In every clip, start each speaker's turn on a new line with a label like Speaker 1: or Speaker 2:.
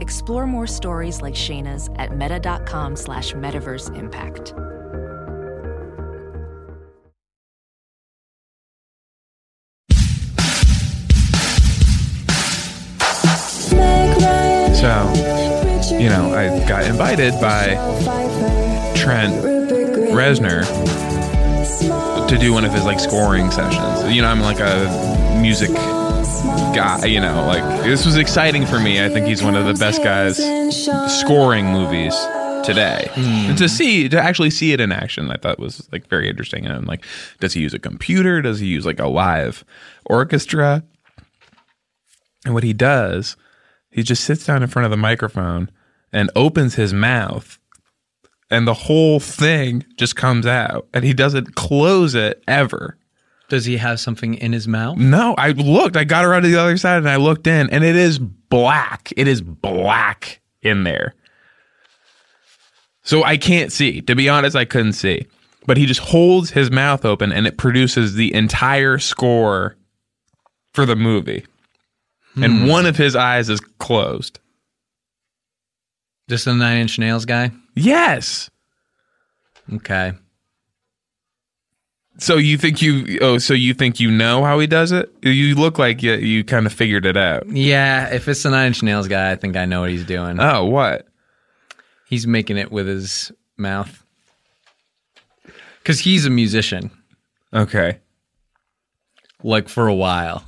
Speaker 1: Explore more stories like Shayna's at meta.com slash metaverse impact.
Speaker 2: So, you know, I got invited by Trent Reznor to do one of his like scoring sessions. You know, I'm like a music guy, you know, like this was exciting for me. I think he's one of the best guys scoring movies today. And to see to actually see it in action, I thought was like very interesting. And I'm like, does he use a computer? Does he use like a live orchestra? And what he does, he just sits down in front of the microphone and opens his mouth and the whole thing just comes out and he doesn't close it ever.
Speaker 3: Does he have something in his mouth?
Speaker 2: No, I looked. I got around to the other side and I looked in, and it is black. It is black in there. So I can't see. To be honest, I couldn't see. But he just holds his mouth open and it produces the entire score for the movie. And one of his eyes is closed.
Speaker 3: Just a Nine Inch Nails guy?
Speaker 2: Yes.
Speaker 3: Okay.
Speaker 2: So you think you oh so you think you know how he does it? You look like you, you kind of figured it out.
Speaker 3: Yeah, if it's the Nine Inch Nails guy, I think I know what he's doing.
Speaker 2: Oh, what?
Speaker 3: he's making it with his mouth. Because he's a musician,
Speaker 2: Okay.
Speaker 3: like for a while.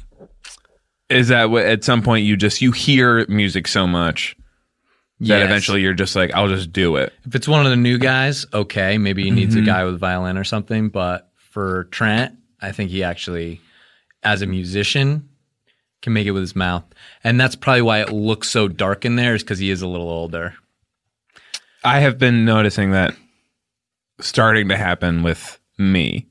Speaker 2: is that what at some point you just you hear music so much that
Speaker 3: Yes.
Speaker 2: eventually you're just like i'll just do it
Speaker 3: If it's one of the new guys, okay, maybe he
Speaker 2: Mm-hmm.
Speaker 3: needs a guy with a violin or something. But for Trent, I think he actually, as a musician, can make it with his mouth, and that's probably why it looks so dark in there, is because he is a little older.
Speaker 2: i have been noticing that starting to happen with me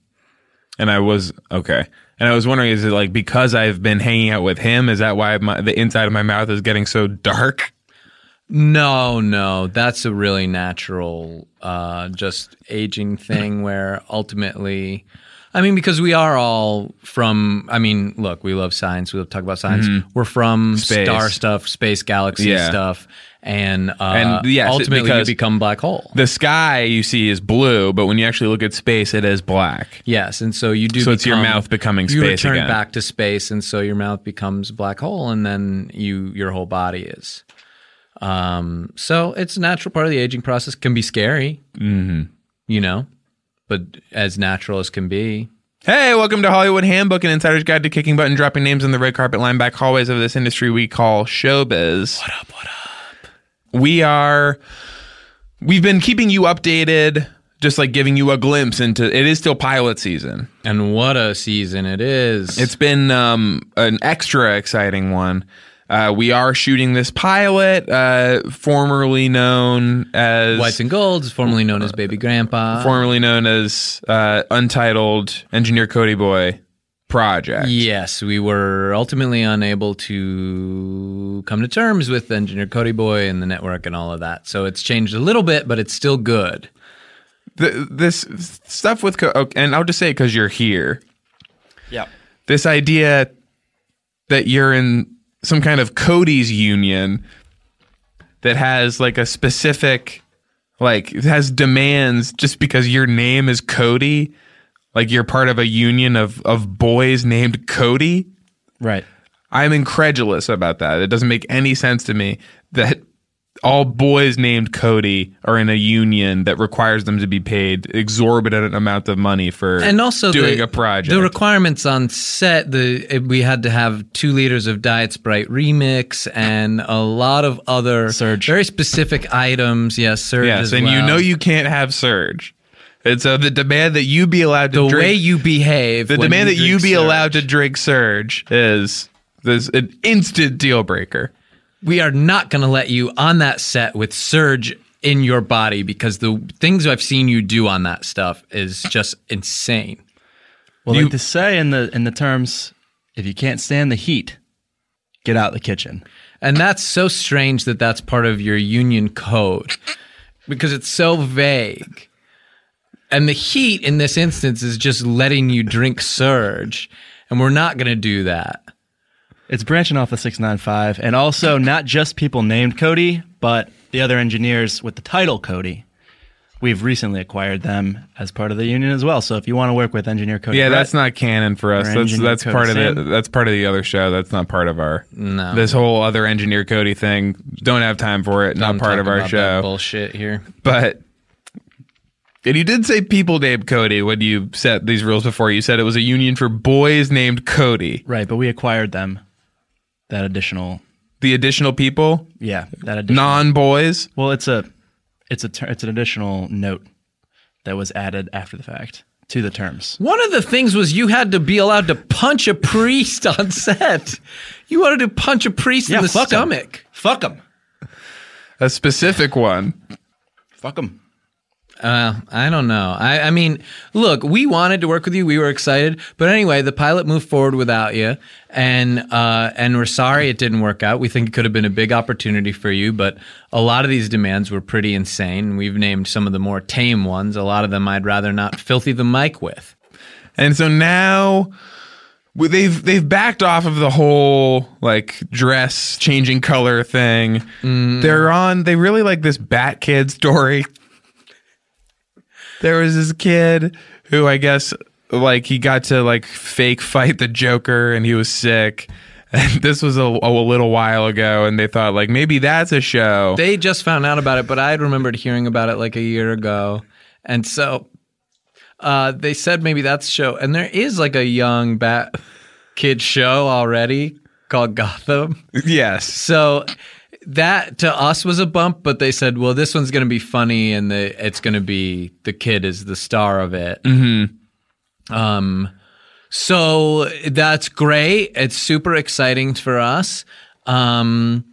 Speaker 2: and i was okay and i was wondering is it like because i've been hanging out with him is that why my, the inside of my mouth is getting so dark
Speaker 3: No, no, that's a really natural, uh, just aging thing where ultimately, I mean, because we are all from, I mean, look, we love science, we love to talk about science. We're from
Speaker 2: Mm-hmm. Space.
Speaker 3: star stuff, space galaxy
Speaker 2: Yeah.
Speaker 3: stuff, and, uh,
Speaker 2: And, yes, it-
Speaker 3: ultimately
Speaker 2: because-
Speaker 3: you become black hole.
Speaker 2: the sky you see is blue but when you actually look at space it is black
Speaker 3: Yes, and so you do.
Speaker 2: So it's your
Speaker 3: become-
Speaker 2: mouth becoming
Speaker 3: You
Speaker 2: space
Speaker 3: return
Speaker 2: again.
Speaker 3: back to space, and so your mouth becomes black hole, and then you your whole body is. Um, so it's a natural part of the aging process. Can be scary, mm-hmm. you know, but as natural as can be.
Speaker 2: Hey, welcome to Hollywood Handbook, an insider's guide to kicking butt and dropping names on the red carpet, line back hallways of this industry we call showbiz. What up? What up? We are. We've been keeping you updated, just like giving you a glimpse into. It is still pilot season.
Speaker 3: And what a season it is!
Speaker 2: It's been um, an extra exciting one. Uh, we are shooting this pilot, uh, formerly known as
Speaker 3: whites and golds, formerly known as Baby Grandpa.
Speaker 2: formerly known as uh, Untitled Engineer Cody Boy Project.
Speaker 3: Yes, we were ultimately unable to come to terms with engineer Cody Boy and the network and all of that. So it's changed a little bit, but it's still good.
Speaker 2: Th this stuff with co- okay, and I'll just say it because you're here.
Speaker 4: Yeah.
Speaker 2: This idea that you're in some kind of Cody's union that has like a specific, like it has demands just because your name is Cody, like you're part of a union of of boys named Cody.
Speaker 3: Right.
Speaker 2: I'm incredulous about that. It doesn't make any sense to me that all boys named Cody are in a union that requires them to be paid exorbitant amount of money for
Speaker 3: and also
Speaker 2: doing
Speaker 3: the,
Speaker 2: a project.
Speaker 3: The requirements on set, the we had to have two liters of Diet Sprite Remix and a lot of other
Speaker 4: Surge.
Speaker 3: very specific items. Yes, surge.
Speaker 2: yes,
Speaker 3: as
Speaker 2: and you
Speaker 3: well.
Speaker 2: know you can't have surge. And so the demand that you be allowed to
Speaker 3: the
Speaker 2: drink
Speaker 3: way you behave.
Speaker 2: the
Speaker 3: when
Speaker 2: demand that you
Speaker 3: drink
Speaker 2: be
Speaker 3: Surge.
Speaker 2: allowed to drink surge is this an instant deal breaker.
Speaker 3: we are not going to let you on that set with Surge in your body because the things I've seen you do on that stuff is just insane.
Speaker 5: Well,
Speaker 3: You-
Speaker 5: like to say in the in the terms, if you can't stand the heat, get out the kitchen.
Speaker 3: And that's so strange that that's part of your union code because it's so vague. And the heat in this instance is just letting you drink surge. And we're not going to do that.
Speaker 5: It's branching off the six nine five, and also not just people named Cody, but the other engineers with the title Cody. We've recently acquired them as part of the union as well. So if you want to work with engineer Cody,
Speaker 2: Yeah,
Speaker 5: Brett,
Speaker 2: that's not canon for us.
Speaker 5: Or
Speaker 2: That's
Speaker 5: Engineer
Speaker 2: that's
Speaker 5: Cody
Speaker 2: part of the
Speaker 5: Sam.
Speaker 2: that's part of the other show. That's not part of our no. This whole other engineer Cody thing. Don't have time for it. Not
Speaker 3: I'm
Speaker 2: part of
Speaker 3: talking
Speaker 2: our
Speaker 3: about that
Speaker 2: show.
Speaker 3: Bullshit here.
Speaker 2: But and you did say people named Cody when you set these rules before. You said it was a union for boys named Cody.
Speaker 5: right. But we acquired them. That additional,
Speaker 2: The additional people,
Speaker 5: yeah, that additional.
Speaker 2: non boys.
Speaker 5: Well, it's a, it's a, ter- it's an additional note that was added after the fact to the terms.
Speaker 3: One of the things was you had to be allowed to punch a priest on set. You wanted to punch a priest in the
Speaker 5: fuck 'em.
Speaker 3: stomach.
Speaker 5: Fuck them.
Speaker 2: A specific one.
Speaker 5: Fuck them.
Speaker 3: I don't know. I, I mean, look, we wanted to work with you. We were excited, but anyway, the pilot moved forward without you, and uh, and we're sorry it didn't work out. We think it could have been a big opportunity for you, but a lot of these demands were pretty insane. We've named some of the more tame ones. A lot of them I'd rather not filthy the mic with.
Speaker 2: And so now well, they've they've backed off of the whole like dress changing color thing. They're on they really like this bat kid story. There was this kid who I guess like he got to like fake fight the Joker and he was sick. And this was a, a little while ago and they thought like maybe that's a show.
Speaker 3: They just found out about it, but I had remembered hearing about it like a year ago, and so uh, they said maybe that's show. And there is like a young bat kid show already called Gotham.
Speaker 2: yes.
Speaker 3: So that to us was a bump, but they said, "Well, this one's going to be funny, and the, it's going to be the kid is the star of it." Mm-hmm. Um, so that's great. It's super exciting for us. Um,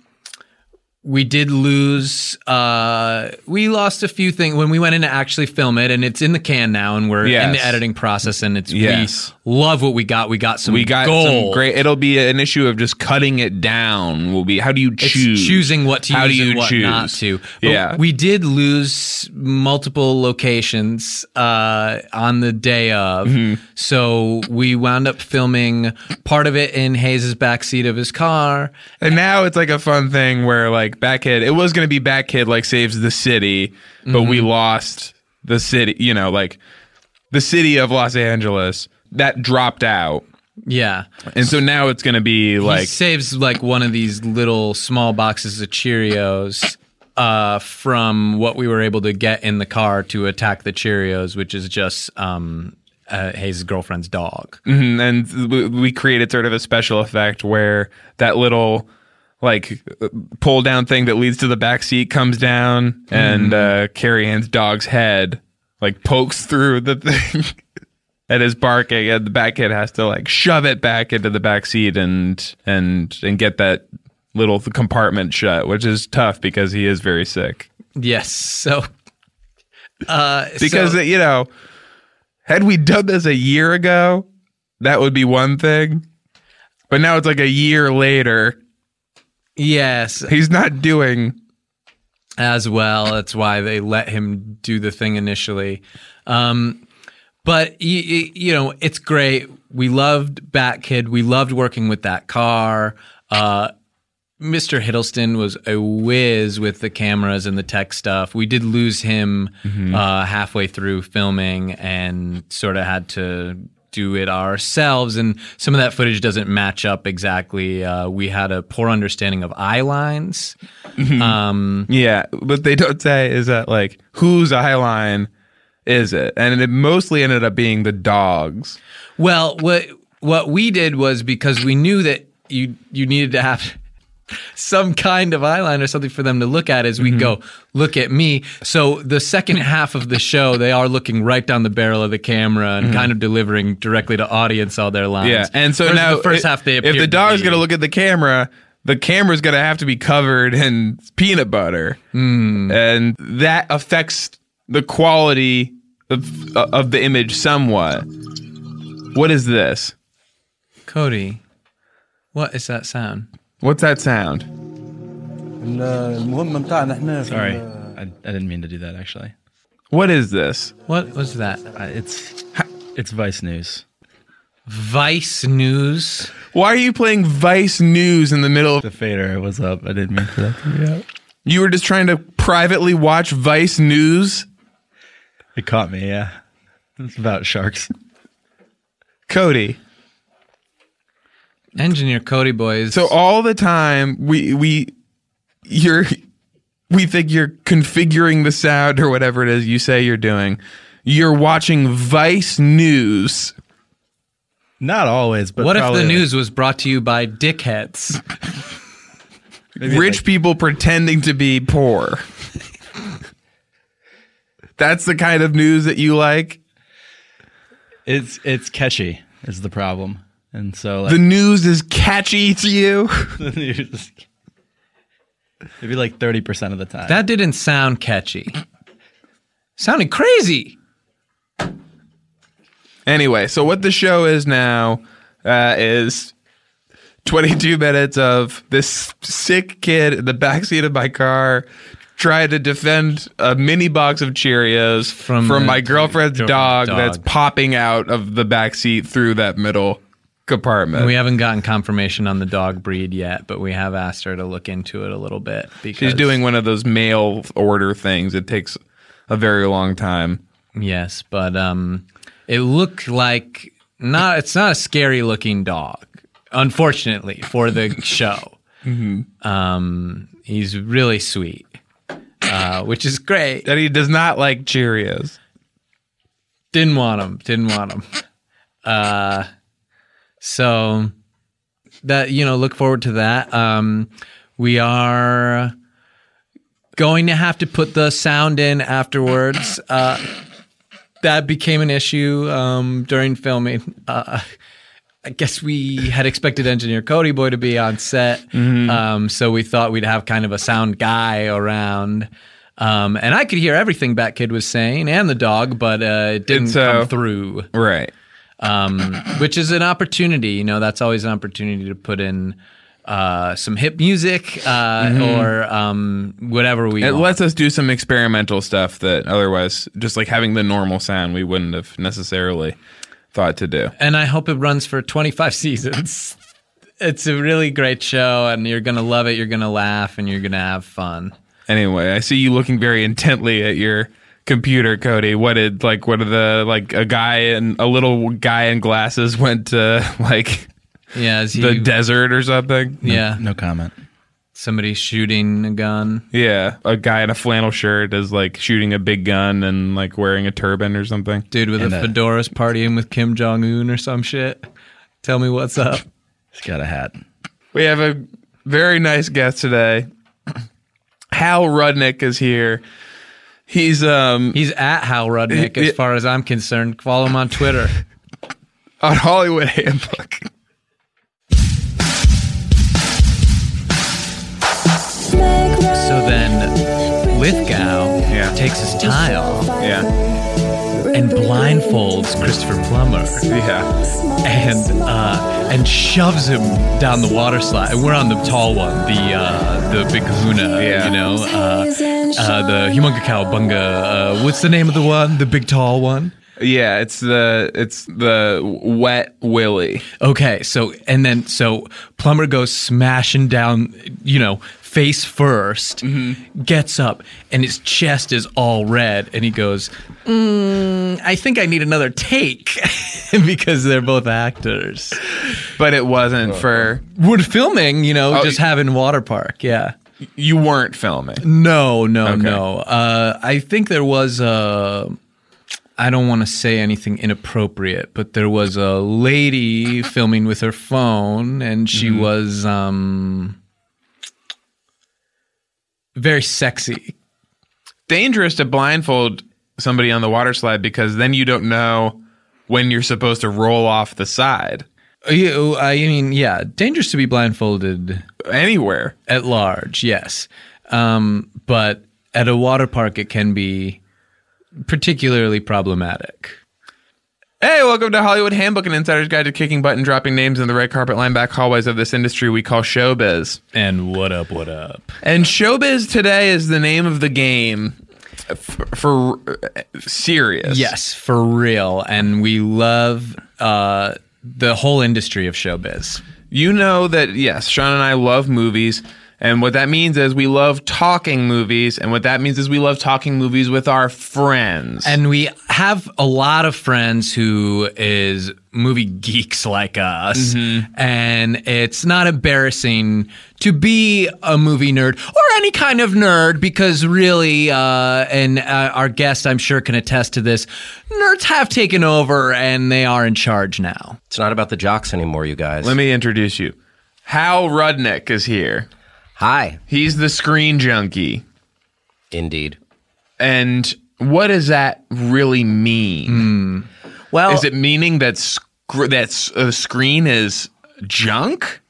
Speaker 3: we did lose. Uh, we lost a few things when we went in to actually film it, and it's in the can now, and we're in
Speaker 2: Yes.
Speaker 3: the editing process, and it's
Speaker 2: Yes.
Speaker 3: we love what we got. We got some.
Speaker 2: We got
Speaker 3: gold.
Speaker 2: some great. It'll be an issue of just cutting it down. Will be how do you
Speaker 3: It's
Speaker 2: choose?
Speaker 3: choosing what to
Speaker 2: How
Speaker 3: use
Speaker 2: do you
Speaker 3: and what
Speaker 2: choose?
Speaker 3: not to.
Speaker 2: yeah,
Speaker 3: we did lose multiple locations uh, on the day of,
Speaker 2: Mm-hmm.
Speaker 3: so we wound up filming part of it in Hayes's backseat of his car.
Speaker 2: and now it's like a fun thing where like Batkid. It was gonna be Batkid like saves the city, but
Speaker 3: Mm-hmm.
Speaker 2: we lost the city. You know, like the city of Los Angeles that dropped out,
Speaker 3: Yeah,
Speaker 2: and so now it's gonna be
Speaker 3: he
Speaker 2: like
Speaker 3: saves like one of these little small boxes of Cheerios. Uh, from what we were able to get in the car to attack the Cheerios, which is just um, uh, Hayes' girlfriend's dog.
Speaker 2: Mhm, and we- we created sort of a special effect where that little like pull down thing that leads to the back seat comes down and uh, Carrie Ann's dog's head like pokes through the thing and is barking and the back kid has to like shove it back into the back seat and and and get that little compartment shut which is tough because he is very sick
Speaker 3: Yes, so uh,
Speaker 2: because
Speaker 3: so-
Speaker 2: you know had we done this a year ago that would be one thing but now it's like a year later
Speaker 3: yes,
Speaker 2: he's not doing
Speaker 3: as well. That's why they let him do the thing initially. Um, but you, you know, it's great. We loved Batkid. We loved working with that car. Uh, Mr. Hiddleston was a whiz with the cameras and the tech stuff. We did lose him uh, halfway through filming and sort of had to do it ourselves. And some of that footage doesn't match up exactly. Uh, we had a poor understanding of eye lines.
Speaker 2: yeah what they don't say is that like whose eye line is it and it mostly ended up being the dogs
Speaker 3: Well, what what we did was because we knew that you you needed to have some kind of eyeline or something for them to look at as
Speaker 2: Mm-hmm.
Speaker 3: we go look at me. So the second half of the show, they are looking right down the barrel of the camera and kind of delivering directly to audience all their lines.
Speaker 2: Mm-hmm. yeah and so
Speaker 3: Whereas
Speaker 2: now
Speaker 3: the first
Speaker 2: i-
Speaker 3: half they
Speaker 2: if the
Speaker 3: appeared
Speaker 2: dog's
Speaker 3: to be-
Speaker 2: gonna look at the camera the camera's going to have to be covered in peanut butter.
Speaker 3: Hmm.
Speaker 2: And that affects the quality of, uh, of the image somewhat. What is this?
Speaker 3: Cody, what is that sound?
Speaker 2: What's that sound?
Speaker 6: المهمه نتاعنا احنا
Speaker 5: Sorry, I, I didn't mean to do that. Actually,
Speaker 2: What is this?
Speaker 3: What was that?
Speaker 5: I, it's it's Vice News.
Speaker 3: Vice News.
Speaker 2: Why are you playing Vice News in the middle of
Speaker 5: The fader was up. I didn't mean for that. To be out.
Speaker 2: You were just trying to privately watch Vice News?
Speaker 5: It caught me. Yeah, it's about sharks.
Speaker 2: Cody.
Speaker 3: Engineer Cody Boys.
Speaker 2: So all the time we we you're we think you're configuring the sound or whatever it is you say you're doing. You're watching Vice News.
Speaker 5: Not always, but
Speaker 3: what if
Speaker 5: probably,
Speaker 3: the
Speaker 5: like,
Speaker 3: news was brought to you by dickheads?
Speaker 5: maybe,
Speaker 2: Rich
Speaker 5: like,
Speaker 2: people pretending to be poor. That's the kind of news that you like.
Speaker 5: it's it's catchy is the problem, and so
Speaker 2: The
Speaker 5: like,
Speaker 2: news is catchy to you.
Speaker 5: the news. is- Maybe like thirty percent of the time.
Speaker 3: That didn't sound catchy. Sounded crazy.
Speaker 2: Anyway, so what the show is now uh, is 22 minutes of this sick kid in the backseat of my car trying to defend a mini box of Cheerios
Speaker 3: From
Speaker 2: from,
Speaker 3: the-
Speaker 2: my girlfriend's
Speaker 3: girlfriend's
Speaker 2: dog,
Speaker 3: dog.
Speaker 2: that's popping out of the backseat through that middle compartment.
Speaker 3: We haven't gotten confirmation on the dog breed yet, but we have asked her to look into it a little bit because
Speaker 2: She's doing one of those mail order things. It takes a very long time.
Speaker 3: Yes, but um, it looked like not. It's not a scary looking dog, unfortunately for the show.
Speaker 2: Mm-hmm.
Speaker 3: Um, he's really sweet, uh, which is great.
Speaker 2: And he does not like Cheerios.
Speaker 3: Didn't want him. Didn't want him. Uh, so that you know, look forward to that. Um, we are going to have to put the sound in afterwards. Uh, that became an issue um, during filming. Uh, I guess we had expected engineer Cody Boy to be on set,
Speaker 2: Mm-hmm.
Speaker 3: um, so we thought we'd have kind of a sound guy around. Um, and I could hear everything Bat Kid was saying and the dog, but uh, it didn't
Speaker 2: It's, uh,
Speaker 3: come through
Speaker 2: Right.
Speaker 3: um, which is an opportunity. You know, that's always an opportunity to put in uh, some hip music uh, or um, whatever we
Speaker 2: It
Speaker 3: want.
Speaker 2: lets us do some experimental stuff that otherwise, just like having the normal sound, we wouldn't have necessarily thought to do.
Speaker 3: and I hope it runs for 25 seasons. It's a really great show, and you're gonna love it. You're gonna laugh, and you're gonna have fun.
Speaker 2: Anyway, I see you looking very intently at your computer, Cody. What did like? What are the like a guy and a little guy in glasses went to like
Speaker 3: Yeah, is he,
Speaker 2: the desert or something?
Speaker 3: yeah,
Speaker 5: no comment.
Speaker 3: somebody shooting a gun.
Speaker 2: Yeah, a guy in a flannel shirt is like shooting a big gun and like wearing a turban or something.
Speaker 3: Dude with
Speaker 5: And
Speaker 3: a
Speaker 5: a-
Speaker 3: fedora's partying with Kim Jong Un or some shit. Tell me what's up.
Speaker 5: He's got a hat.
Speaker 2: We have a very nice guest today. Hal Rudnick is here. He's um
Speaker 3: He's at Hal Rudnick, as far as I'm concerned. Follow him on Twitter.
Speaker 2: on Hollywood Handbook.
Speaker 3: So then Lithgow
Speaker 2: Yeah.
Speaker 3: takes his tie off
Speaker 2: Yeah.
Speaker 3: and blindfolds Christopher Plummer
Speaker 2: Yeah.
Speaker 3: and uh, and shoves him down the water slide. And we're on the tall one, the uh, the big kahuna,
Speaker 2: Yeah.
Speaker 3: you know, uh, uh, the humunga cowbunga. Uh, what's the name of the one? The big tall one?
Speaker 2: Yeah, it's the it's the wet willy.
Speaker 3: Okay, so and then so Plumber goes smashing down, you know, face 1st
Speaker 2: Mm-hmm.
Speaker 3: gets up, and his chest is all red, and he goes, mm, "I think I need another take," because they're both actors.
Speaker 2: But it wasn't for
Speaker 3: We're filming, you know,
Speaker 2: Oh,
Speaker 3: just
Speaker 2: y-
Speaker 3: having water park, yeah.
Speaker 2: you weren't filming.
Speaker 3: No, no,
Speaker 2: Okay.
Speaker 3: no. Uh, I think there was a. I don't want to say anything inappropriate, but there was a lady filming with her phone, and she was um, very sexy.
Speaker 2: Dangerous to blindfold somebody on the water slide because then you don't know when you're supposed to roll off the side.
Speaker 3: You, I mean, yeah, dangerous to be blindfolded
Speaker 2: Anywhere.
Speaker 3: at large, yes. Um, but at a water park, it can be particularly problematic.
Speaker 2: Hey, welcome to Hollywood Handbook, an insider's guide to kicking butt and dropping names in the red carpet line back hallways of this industry we call showbiz.
Speaker 3: And what up, what up?
Speaker 2: And showbiz today is the name of the game for, for uh, serious.
Speaker 3: Yes, for real. And we love uh, the whole industry of showbiz.
Speaker 2: You know that, yes, Sean and I love movies. And what that means is we love talking movies. And what that means is we love talking movies with our friends.
Speaker 3: And we have a lot of friends who is movie geeks like us. And it's not embarrassing to be a movie nerd or any kind of nerd because really, uh, and uh, our guest, I'm sure, can attest to this, nerds have taken over and they are in charge now.
Speaker 7: It's not about the jocks anymore, you guys.
Speaker 2: Let me introduce you. Hal Rudnick is here.
Speaker 7: Hi.
Speaker 2: He's the screen junkie.
Speaker 7: Indeed.
Speaker 2: And what does that really mean?
Speaker 7: Well,
Speaker 2: Is it meaning that sc- that s- a screen is junk?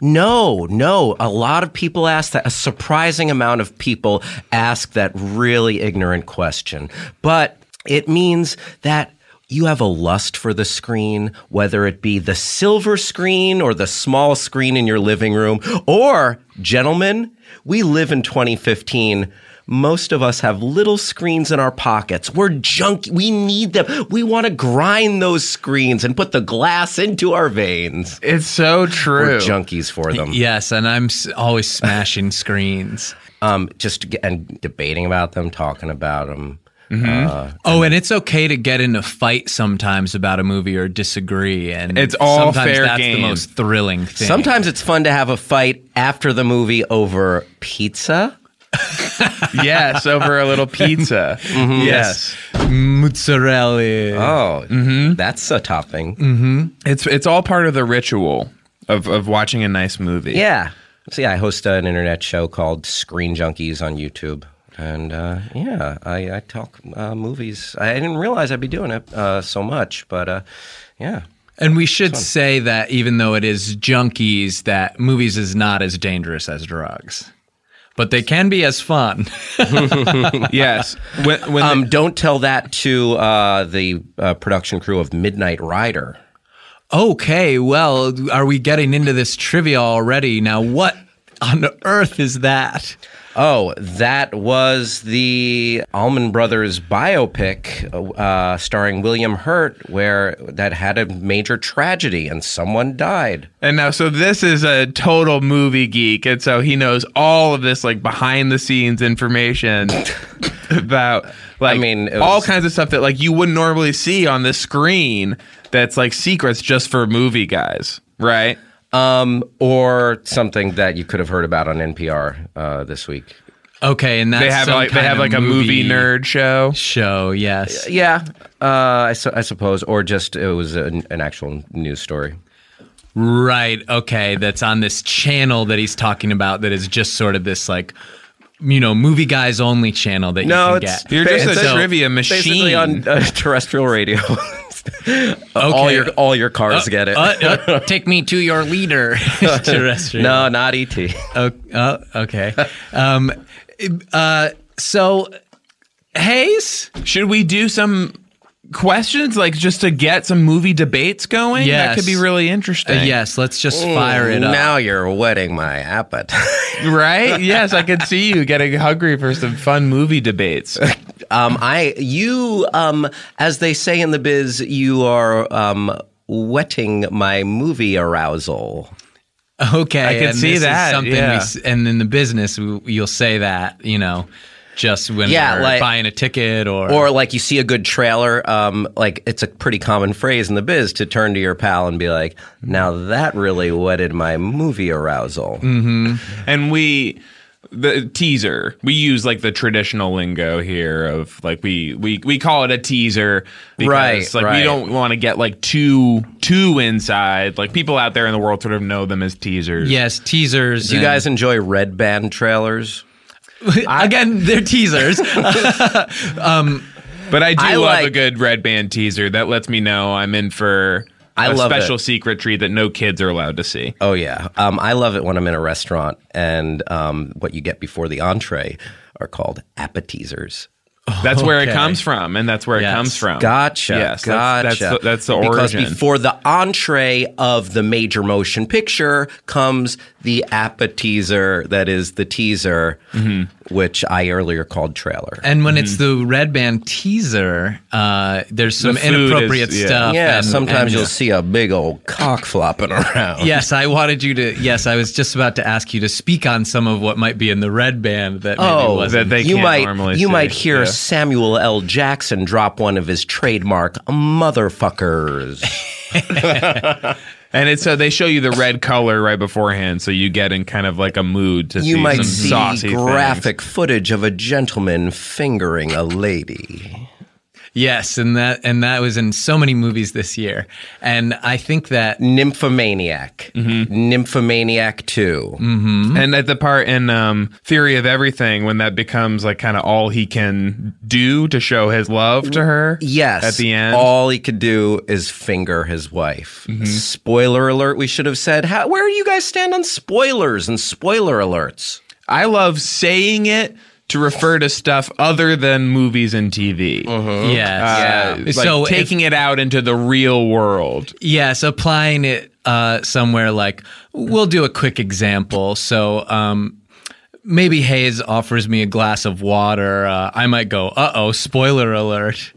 Speaker 7: No, no. A lot of people ask that. A surprising amount of people ask that really ignorant question. But it means that you have a lust for the screen, whether it be the silver screen or the small screen in your living room. Or, gentlemen, we live in 2015. Most of us have little screens in our pockets. We're junk. We need them. We want to grind those screens and put the glass into our veins.
Speaker 2: It's so true.
Speaker 7: We're junkies for them.
Speaker 3: Yes, and I'm s- always smashing screens.
Speaker 7: um, just g- and debating about them, talking about them.
Speaker 3: Oh, and it's okay to get in a fight sometimes about a movie or disagree, and
Speaker 2: It's all
Speaker 3: sometimes
Speaker 2: fair
Speaker 3: That's
Speaker 2: game.
Speaker 3: the most thrilling thing.
Speaker 7: Sometimes it's fun to have a fight after the movie over pizza.
Speaker 2: yes, over a little pizza. Mm-hmm. Yes.
Speaker 3: mozzarella.
Speaker 7: Oh,
Speaker 2: Mm-hmm.
Speaker 7: that's a topping.
Speaker 2: Mm. It's it's all part of the ritual of of watching a nice movie.
Speaker 7: Yeah. See, I host an internet show called Screen Junkies on YouTube. And uh, yeah, I, I talk uh, movies. I didn't realize I'd be doing it uh, so much, but uh, yeah.
Speaker 3: And we should say that even though it is junkies, that movies is not as dangerous as drugs, but they can be as fun.
Speaker 2: Yes. When, when
Speaker 7: Um, don't tell that to uh, the uh, production crew of Midnight Rider.
Speaker 3: okay, well, are we getting into this trivia already? Now, what on earth is that?
Speaker 7: Oh, that was the Allman Brothers biopic uh, starring William Hurt, where that had a major tragedy and someone died.
Speaker 2: and now, so this is a total movie geek, and so he knows all of this like behind the scenes information about like
Speaker 7: mean, it
Speaker 2: all
Speaker 7: was-
Speaker 2: kinds of stuff that like you wouldn't normally see on the screen. That's like secrets just for movie guys, right?
Speaker 7: Um, or something that you could have heard about on NPR uh, this week.
Speaker 3: Okay, and that's
Speaker 2: They have
Speaker 3: some
Speaker 2: like they
Speaker 3: kind
Speaker 2: have
Speaker 3: of
Speaker 2: like a movie nerd show.
Speaker 3: show. Yes.
Speaker 7: Yeah, uh, I, su- I suppose, or just it was an, an actual news story.
Speaker 3: Right. Okay. That's on this channel that he's talking about that is just sort of this like, you know, movie guys only channel that you
Speaker 7: No,
Speaker 3: can
Speaker 7: it's-
Speaker 3: get.
Speaker 2: You're just
Speaker 7: It's
Speaker 2: a
Speaker 7: so-
Speaker 2: trivia machine.
Speaker 7: Basically on uh, terrestrial radio. All your all your cars get it.
Speaker 3: Uh, uh, take me to your leader, terrestrial.
Speaker 7: no, not E ET.
Speaker 3: Oh, oh, okay. Um, uh, so, Hayes?
Speaker 2: Should we do some questions, like just to get some movie debates going? That
Speaker 3: Yes.
Speaker 2: could be really
Speaker 3: Uh,
Speaker 2: interesting.
Speaker 3: yes, let's just fire it up.
Speaker 7: Now you're whetting my appetite.
Speaker 2: Right? Yes, I could see you getting hungry for some fun movie debates.
Speaker 7: Um, I you um, as they say in the biz, you are um, wetting my movie arousal.
Speaker 3: Okay.
Speaker 2: I can
Speaker 3: and
Speaker 2: see
Speaker 3: this is
Speaker 2: that,
Speaker 3: something
Speaker 2: yeah.
Speaker 3: we s- and in the business, we, you'll say that, you know, just when
Speaker 7: Yeah,
Speaker 3: we're
Speaker 7: like-
Speaker 3: buying a ticket
Speaker 7: Or like you see a good trailer, um, like it's a pretty common phrase in the biz to turn to your pal and be like, "Now that really wetted my movie arousal."
Speaker 3: Mm-hmm.
Speaker 2: and we the teaser we use like the traditional lingo here of like we we, we call it a teaser because
Speaker 7: Right,
Speaker 2: like we
Speaker 7: right.
Speaker 2: don't want to get like too too inside like people out there in the world sort of know them as teasers
Speaker 3: Yes, teasers.
Speaker 7: Do you
Speaker 3: and-
Speaker 7: guys enjoy red band trailers?
Speaker 3: again, they're teasers.
Speaker 2: But I do
Speaker 7: I
Speaker 2: love a
Speaker 7: like-
Speaker 2: good red band teaser that lets me know I'm in for
Speaker 7: I
Speaker 2: a
Speaker 7: love it.
Speaker 2: special secret tree that no kids are allowed to see.
Speaker 7: Oh yeah, um, I love it when I'm in a restaurant and um, what you get before the entree are called appetizers.
Speaker 2: That's where it
Speaker 5: Okay.
Speaker 2: comes from, and that's where it
Speaker 3: Yes.
Speaker 2: comes from.
Speaker 7: Gotcha.
Speaker 2: Um, Yes,
Speaker 7: gotcha.
Speaker 2: That's, that's, the, that's the
Speaker 7: because
Speaker 2: origin.
Speaker 7: before the entree of the major motion picture comes the appetizer that is the teaser,
Speaker 2: Mm-hmm.
Speaker 7: which I earlier called trailer.
Speaker 3: And when it's the red band teaser, uh, there's some
Speaker 2: food is-
Speaker 3: inappropriate
Speaker 2: yeah.
Speaker 3: stuff.
Speaker 7: yeah,
Speaker 3: and-
Speaker 7: sometimes
Speaker 3: and-
Speaker 7: you'll see a big old cock flopping around.
Speaker 3: Yes, I wanted you to. Yes, I was just about to ask you to speak on some of what might be in the red band that maybe
Speaker 7: Oh,
Speaker 3: wasn't.
Speaker 2: that they
Speaker 7: you
Speaker 2: can't
Speaker 7: might
Speaker 2: normally
Speaker 7: you
Speaker 2: see.
Speaker 7: might hear
Speaker 2: Yeah.
Speaker 7: Samuel L. Jackson drop one of his trademark motherfuckers.
Speaker 2: and it's so they show you the red color right beforehand, so you get in kind of like a mood to
Speaker 7: you
Speaker 2: see
Speaker 7: might
Speaker 2: some
Speaker 7: see
Speaker 2: saucy things.
Speaker 7: graphic footage of a gentleman fingering a lady.
Speaker 3: yes, and that and that was in so many movies this year, and I think that
Speaker 7: Nymphomaniac. Nymphomaniac 2.
Speaker 2: And at the part in um, Theory of Everything, when that becomes like kind of all he can do to show his love to her.
Speaker 7: Yes.
Speaker 2: At the end.
Speaker 7: All he could do is finger his wife. Spoiler alert, we should have said. How, where do you guys stand on spoilers and spoiler alerts?
Speaker 2: I love saying it to refer to stuff other than movies and TV.
Speaker 3: yes,
Speaker 2: Uh, like
Speaker 3: so if-
Speaker 2: taking it out into the real world.
Speaker 3: Yes, applying it uh, somewhere like we'll do a quick example. So um, maybe Hayes offers me a glass of water. Uh, I might go, uh oh, spoiler alert.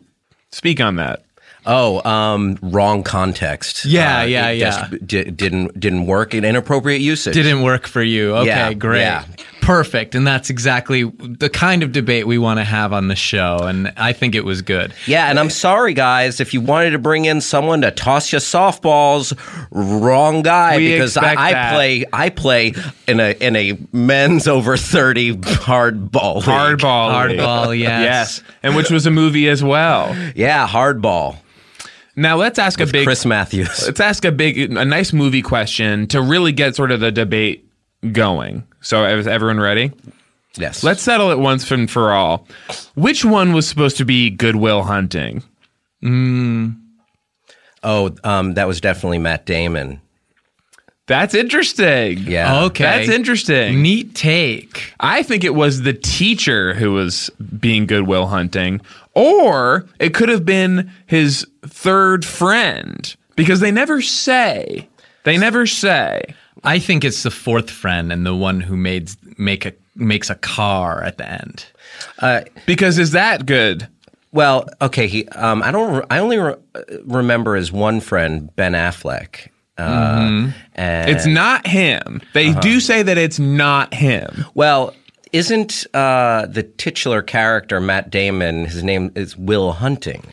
Speaker 2: Speak on that.
Speaker 7: Oh, um, wrong context. Uh,
Speaker 3: Yeah,
Speaker 7: it
Speaker 3: yeah,
Speaker 7: just
Speaker 3: yeah.
Speaker 7: di- didn't didn't work in inappropriate usage.
Speaker 3: Didn't work for you. Okay,
Speaker 7: Yeah,
Speaker 3: great.
Speaker 7: yeah.
Speaker 3: Perfect. And that's exactly the kind of debate we want to have on the show. And I think it was good.
Speaker 7: Yeah, and I'm sorry, guys. If you wanted to bring in someone to toss you softballs, wrong guy
Speaker 2: We
Speaker 7: because I,
Speaker 2: expect
Speaker 7: I
Speaker 2: that.
Speaker 7: play I play in a in a men's over thirty hardball. league.
Speaker 2: Hardball. League.
Speaker 3: Hardball,
Speaker 2: Yes.
Speaker 3: yes.
Speaker 2: And which was a movie as well.
Speaker 7: Yeah, hardball.
Speaker 2: Now let's ask a big
Speaker 7: Chris Matthews.
Speaker 2: let's ask a big a nice movie question to really get sort of the debate going. So is everyone ready?
Speaker 7: Yes.
Speaker 2: Let's settle it once and for all. Which one was supposed to be Goodwill Hunting?
Speaker 7: Oh, um, that was definitely Matt Damon.
Speaker 2: That's interesting.
Speaker 7: Yeah.
Speaker 3: Okay.
Speaker 2: That's interesting.
Speaker 3: Neat take.
Speaker 2: I think it was the teacher who was being Goodwill Hunting, or it could have been his third friend because they never say. They never say.
Speaker 3: I think it's the fourth friend and the one who made make a makes a car at the end.
Speaker 2: Because is that good?
Speaker 7: Uh, Well, okay. He, um, I don't. Re- I only re- uh, remember his one friend, Ben Affleck. Uh, and
Speaker 2: Mm-hmm. It's not him. They do say that it's not him.
Speaker 7: Well, isn't uh, the titular character Matt Damon? His name is Will Hunting.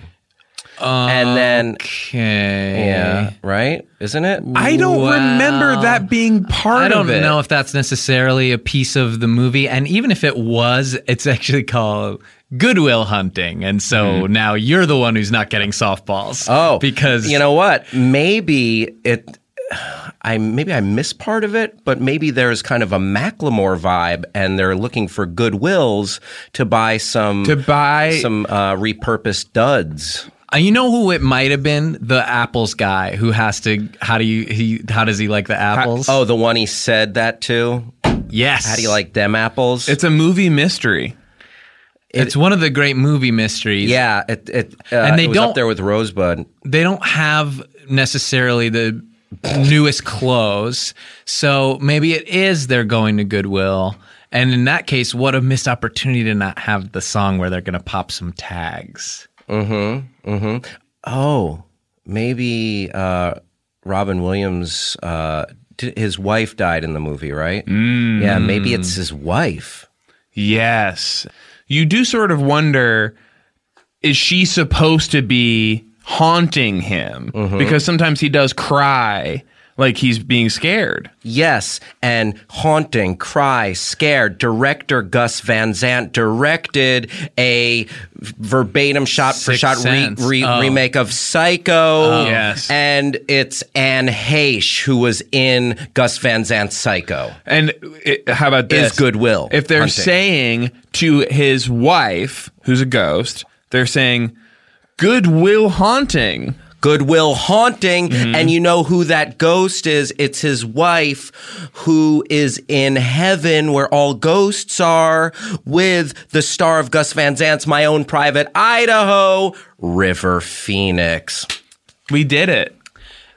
Speaker 7: and then
Speaker 3: Okay.
Speaker 7: yeah, right? Isn't it?
Speaker 2: I don't remember that being part
Speaker 3: I don't
Speaker 2: of it.
Speaker 3: know if that's necessarily a piece of the movie. And even if it was, it's actually called Goodwill Hunting. And so
Speaker 2: Hmm.
Speaker 3: now you're the one who's not getting softballs.
Speaker 7: oh,
Speaker 3: because
Speaker 7: you know what? Maybe it. I maybe I missed part of it, but maybe there's kind of a Macklemore vibe, and they're looking for Goodwills to buy some
Speaker 2: to buy
Speaker 7: some uh, repurposed duds.
Speaker 3: Uh, you know who it might have been the apples guy who has to how do you he how does he like the apples?
Speaker 7: Oh, the one he said that to.
Speaker 3: yes.
Speaker 7: How do you like them apples?
Speaker 2: It's a movie mystery.
Speaker 3: It's one of the great movie mysteries.
Speaker 7: Yeah, it, it uh,
Speaker 3: And they
Speaker 7: it was
Speaker 3: don't-
Speaker 7: up there with Rosebud.
Speaker 3: they don't have necessarily the newest clothes. So maybe it is they're going to Goodwill. And in that case, what a missed opportunity to not have the song where they're going to pop some tags.
Speaker 7: Oh, maybe uh, Robin Williams. Uh, d- his wife died in the movie, right? Mm. Yeah, maybe it's his wife.
Speaker 2: Yes. You do sort of wonder is she supposed to be haunting him? Because sometimes he does cry like he's being scared.
Speaker 7: Yes, and haunting, cry, scared. Director Gus Van Zant directed a verbatim shot for
Speaker 3: Sixth
Speaker 7: shot re-
Speaker 3: Sense.
Speaker 7: re-
Speaker 3: Oh.
Speaker 7: remake of Psycho.
Speaker 2: Yes.
Speaker 7: and it's Anne Heche who was in Gus Van Zant's Psycho.
Speaker 2: And it, how about this?
Speaker 7: Is Goodwill
Speaker 2: If they're
Speaker 7: hunting.
Speaker 2: saying to his wife, who's a ghost, they're saying, Goodwill haunting.
Speaker 7: Goodwill Haunting,
Speaker 2: Mm-hmm.
Speaker 7: and you know who that ghost is. It's his wife who is in heaven where all ghosts are with the star of Gus Van Zant's My Own Private Idaho, River Phoenix.
Speaker 2: We did it.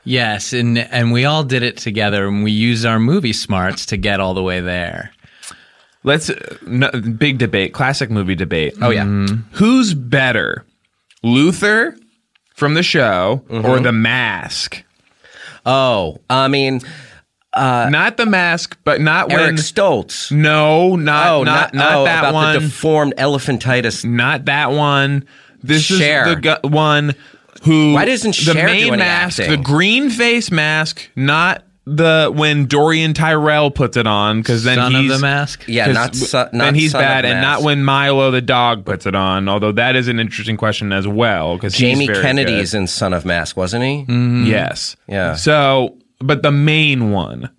Speaker 3: Yes, and and we all did it together, and we used our movie smarts to get all the way there.
Speaker 2: Let's uh, no, big debate, classic movie debate. Mm-hmm.
Speaker 3: Oh yeah,
Speaker 2: Who's better, Luther from the show
Speaker 7: Mm-hmm.
Speaker 2: or The Mask?
Speaker 7: Oh, I mean,
Speaker 2: not The Mask, but not
Speaker 7: Uh, Eric
Speaker 2: when.
Speaker 7: Stoltz.
Speaker 2: no, not
Speaker 7: Oh,
Speaker 2: not, not
Speaker 7: oh,
Speaker 2: that
Speaker 7: about
Speaker 2: one.
Speaker 7: the deformed elephantitis.
Speaker 2: not that one. This
Speaker 7: Cher.
Speaker 2: is the gu- one who.
Speaker 7: Why doesn't
Speaker 2: the
Speaker 7: Cher
Speaker 2: main
Speaker 7: do any
Speaker 2: mask,
Speaker 7: acting?
Speaker 2: the green face mask, not the when Dorian Tyrell puts it on because then
Speaker 3: son of
Speaker 2: he's
Speaker 3: the mask.
Speaker 7: Yeah,
Speaker 2: 'Cause
Speaker 7: not,
Speaker 2: w-
Speaker 7: su- not
Speaker 2: then he's
Speaker 7: son of
Speaker 2: bad, and
Speaker 7: Mask.
Speaker 2: not when Milo the dog puts it on. Although that is an interesting question as well, because
Speaker 7: Jamie Kennedy is in Son of Mask, wasn't he?
Speaker 2: Mm. Mm-hmm. yes,
Speaker 7: Yeah.
Speaker 2: So, but the main one,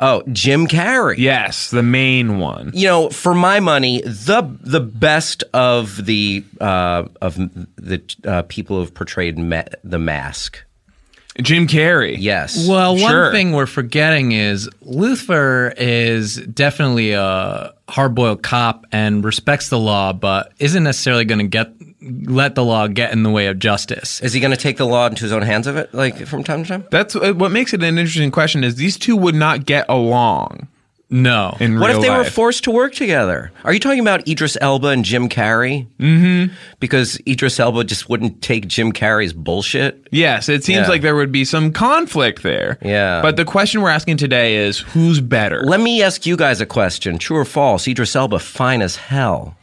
Speaker 7: Oh, Jim Carrey.
Speaker 2: yes, the main one.
Speaker 7: You know, for my money, the the best of the uh, of the uh, people who've portrayed ma- the mask.
Speaker 2: Jim Carrey.
Speaker 7: Yes.
Speaker 3: Well, one
Speaker 2: Sure.
Speaker 3: thing we're forgetting is Luther is definitely a hard-boiled cop and respects the law, but isn't necessarily going to get let the law get in the way of justice.
Speaker 7: Is he going to take the law into his own hands of it, like from time to time?
Speaker 2: That's uh, what makes it an interesting question. Is these two would not get along
Speaker 3: No,
Speaker 2: in
Speaker 7: What
Speaker 2: real
Speaker 7: if they were
Speaker 2: life?
Speaker 7: forced to work together? Are you talking about Idris Elba and Jim Carrey? Mm-hmm. Because Idris Elba just wouldn't take Jim Carrey's bullshit.
Speaker 2: Yes, it seems
Speaker 7: Yeah.
Speaker 2: like there would be some conflict there.
Speaker 7: Yeah.
Speaker 2: But the question we're asking today is who's better?
Speaker 7: Let me ask you guys a question: True or false? Idris Elba, fine as hell.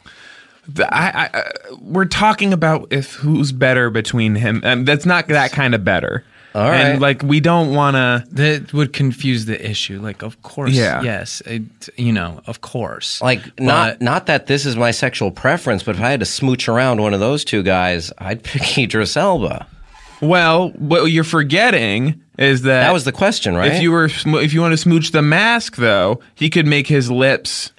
Speaker 2: The- I, I, I, we're talking about if who's better between him. Um, that's not that kind of better. All
Speaker 7: right.
Speaker 2: And like we don't want to.
Speaker 3: that would confuse the issue. Like, of course,
Speaker 2: Yeah.
Speaker 3: yes, it, you know, of course,
Speaker 7: Like not not that this is my sexual preference, but if I had to smooch around one of those two guys, I'd pick Idris Elba.
Speaker 2: Well, what you're forgetting is that
Speaker 7: That was the question, right?
Speaker 2: If you were, sm- if you want to smooch the mask, though, he could make his lips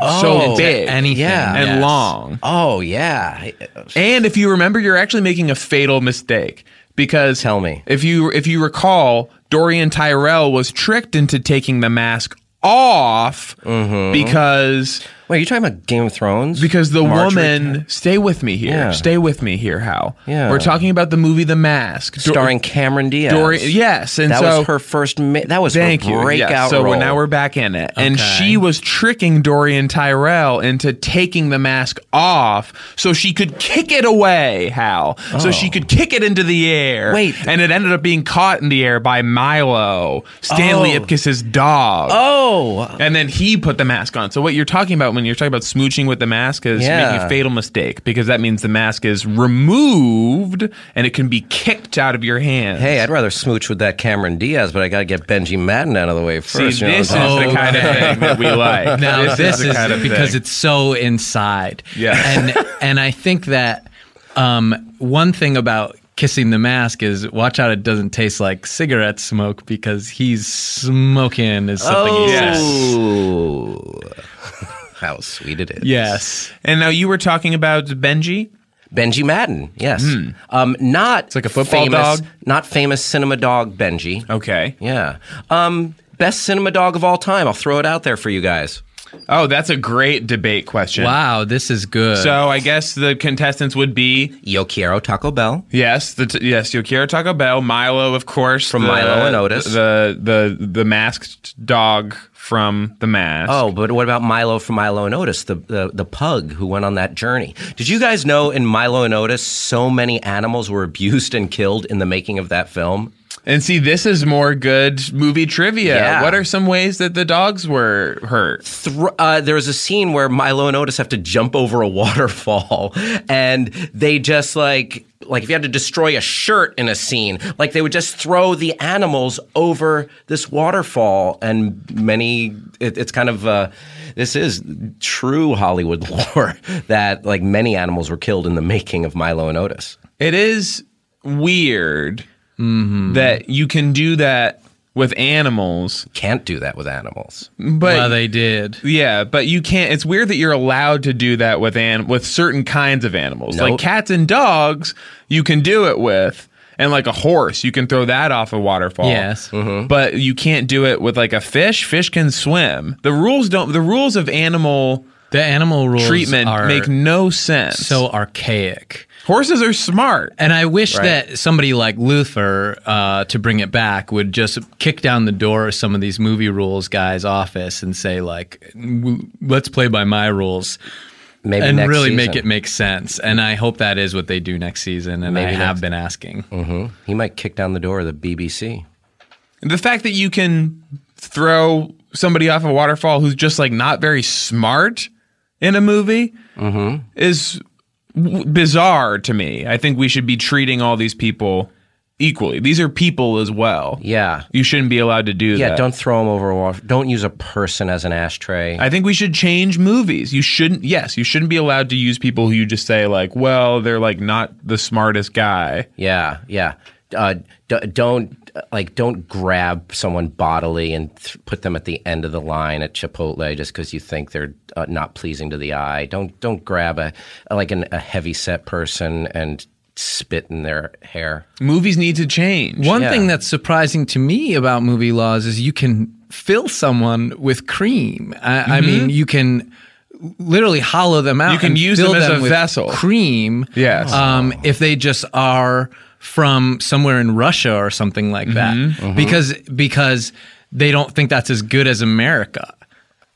Speaker 2: so
Speaker 7: Oh,
Speaker 2: big
Speaker 3: anything
Speaker 7: yeah.
Speaker 2: and
Speaker 3: yes.
Speaker 2: long.
Speaker 7: oh yeah,
Speaker 2: And if you remember, you're actually making a fatal mistake because
Speaker 7: Tell me.
Speaker 2: if you if you recall, Dorian Tyrell was tricked into taking the mask off
Speaker 7: Mm-hmm.
Speaker 2: because
Speaker 7: wait, are you talking about Game of Thrones?
Speaker 2: because the
Speaker 7: Marjorie
Speaker 2: woman stay with me here
Speaker 7: Yeah.
Speaker 2: stay with me here Hal
Speaker 7: Yeah.
Speaker 2: we're talking about the movie The Mask Dor-
Speaker 7: starring Cameron Diaz.
Speaker 2: Dorian yes and
Speaker 7: that
Speaker 2: so
Speaker 7: was her first. Ma- that was
Speaker 2: Thank
Speaker 7: her
Speaker 2: you.
Speaker 7: breakout
Speaker 2: Yes. So
Speaker 7: role.
Speaker 2: we're, now we're back in it. And she was tricking Dorian Tyrell into taking the mask off so she could kick it away, Hal. So she could kick it into the air.
Speaker 7: Oh. Wait.
Speaker 2: And it ended up being caught in the air by Milo, Stanley
Speaker 7: Oh.
Speaker 2: Ipkiss's dog.
Speaker 7: oh
Speaker 2: And then he put the mask on. So what you're talking about when you're talking about smooching with the mask is
Speaker 7: Yeah.
Speaker 2: making a fatal mistake because that means the mask is removed and it can be kicked out of your hands.
Speaker 7: hey, I'd rather smooch with that Cameron Diaz, but I got to get Benji Madden out of the way
Speaker 2: See,
Speaker 7: first. you know
Speaker 2: this is
Speaker 7: what I'm
Speaker 2: the
Speaker 3: Oh,
Speaker 2: kind of
Speaker 3: okay.
Speaker 2: thing that we like.
Speaker 3: Now this,
Speaker 2: the
Speaker 3: is,
Speaker 2: kind of
Speaker 3: because
Speaker 2: thing.
Speaker 3: it's so inside.
Speaker 2: Yeah.
Speaker 3: And and I think that um, one thing about kissing the mask is watch out it doesn't taste like cigarette smoke because he's smoking is something he
Speaker 2: Oh.
Speaker 3: says.
Speaker 7: Ooh. Oh! How sweet it is.
Speaker 3: Yes.
Speaker 2: And now you were talking about Benji.
Speaker 7: Benji Madden, yes. Um, not
Speaker 2: Hmm. like a football dog?
Speaker 7: famous, Not famous cinema dog Benji.
Speaker 2: Okay.
Speaker 7: Yeah. Um, best cinema dog of all time. I'll throw it out there for you guys.
Speaker 2: Oh, that's a great debate question.
Speaker 3: Wow, this is good.
Speaker 2: So I guess the contestants would be
Speaker 7: Yo Quiero Taco Bell.
Speaker 2: yes, the t- yes, Yokira Taco Bell, Milo, of course, from
Speaker 7: Milo and Otis.
Speaker 2: the the the masked dog from the mask.
Speaker 7: Oh, but what about Milo from Milo and Otis, the, the the pug who went on that journey? Did you guys know in Milo and Otis, so many animals were abused and killed in the making of that film?
Speaker 2: and see, this is more good movie trivia.
Speaker 7: Yeah.
Speaker 2: What are some ways that the dogs were hurt?
Speaker 7: thr uh, there was a scene where Milo and Otis have to jump over a waterfall, and they just like like if you had to destroy a shirt in a scene, like they would just throw the animals over this waterfall, and many it, it's kind of uh, this is true Hollywood lore that like many animals were killed in the making of Milo and Otis.
Speaker 2: It is weird
Speaker 3: Mm-hmm.
Speaker 2: that you can do that with animals,
Speaker 7: Can't do that with animals.
Speaker 2: but
Speaker 3: well, they did.
Speaker 2: Yeah, but you can't. It's weird that you're allowed to do that with an with certain kinds of animals, like
Speaker 7: Nope.
Speaker 2: cats and dogs. You can do it with. And like a horse, you can throw that off a waterfall.
Speaker 3: Yes.
Speaker 2: But you can't do it with like a fish. Fish can swim. The rules don't the rules of animal
Speaker 3: The animal rules
Speaker 2: treatment
Speaker 3: are
Speaker 2: make no sense.
Speaker 3: so archaic.
Speaker 2: horses are smart.
Speaker 3: And I wish that somebody like Luther, uh, to bring it back, would just kick down the door of some of these movie rules guys' office and say, like, "W- let's play by my rules
Speaker 7: Maybe
Speaker 3: and
Speaker 7: next
Speaker 3: really
Speaker 7: season.
Speaker 3: make it make sense. And I hope that is what they do next season. And I
Speaker 7: Maybe
Speaker 3: have
Speaker 7: next-
Speaker 3: been asking.
Speaker 7: He might kick down the door of the BBC.
Speaker 2: The fact that you can throw somebody off a waterfall who's just like not very smart in a movie
Speaker 7: Mm-hmm.
Speaker 2: is w- bizarre to me. I think we should be treating all these people equally. These are people as well.
Speaker 7: Yeah.
Speaker 2: You shouldn't be allowed to do
Speaker 7: Yeah,
Speaker 2: that.
Speaker 7: don't throw him over a wall. Don't use a person as an ashtray.
Speaker 2: I think we should change movies. You shouldn't. Yes, you shouldn't be allowed to use people who you just say like, well, they're like not the smartest guy.
Speaker 7: yeah, yeah. Uh, d- don't uh, like don't grab someone bodily and th- put them at the end of the line at Chipotle just because you think they're uh, not pleasing to the eye. Don't don't grab a like an, a heavy set person and spit in their hair.
Speaker 2: Movies need to change.
Speaker 3: One
Speaker 7: Yeah.
Speaker 3: thing that's surprising to me about movie laws is you can fill someone with cream. I, I mean, you can literally hollow them out.
Speaker 2: Mm-hmm. You can
Speaker 3: and
Speaker 2: use
Speaker 3: fill
Speaker 2: them as a
Speaker 3: with
Speaker 2: vessel.
Speaker 3: Cream.
Speaker 2: Yes.
Speaker 3: Um, if they just are from somewhere in Russia or something like
Speaker 2: Mm-hmm.
Speaker 3: that,
Speaker 2: Uh-huh.
Speaker 3: because because they don't think that's as good as America.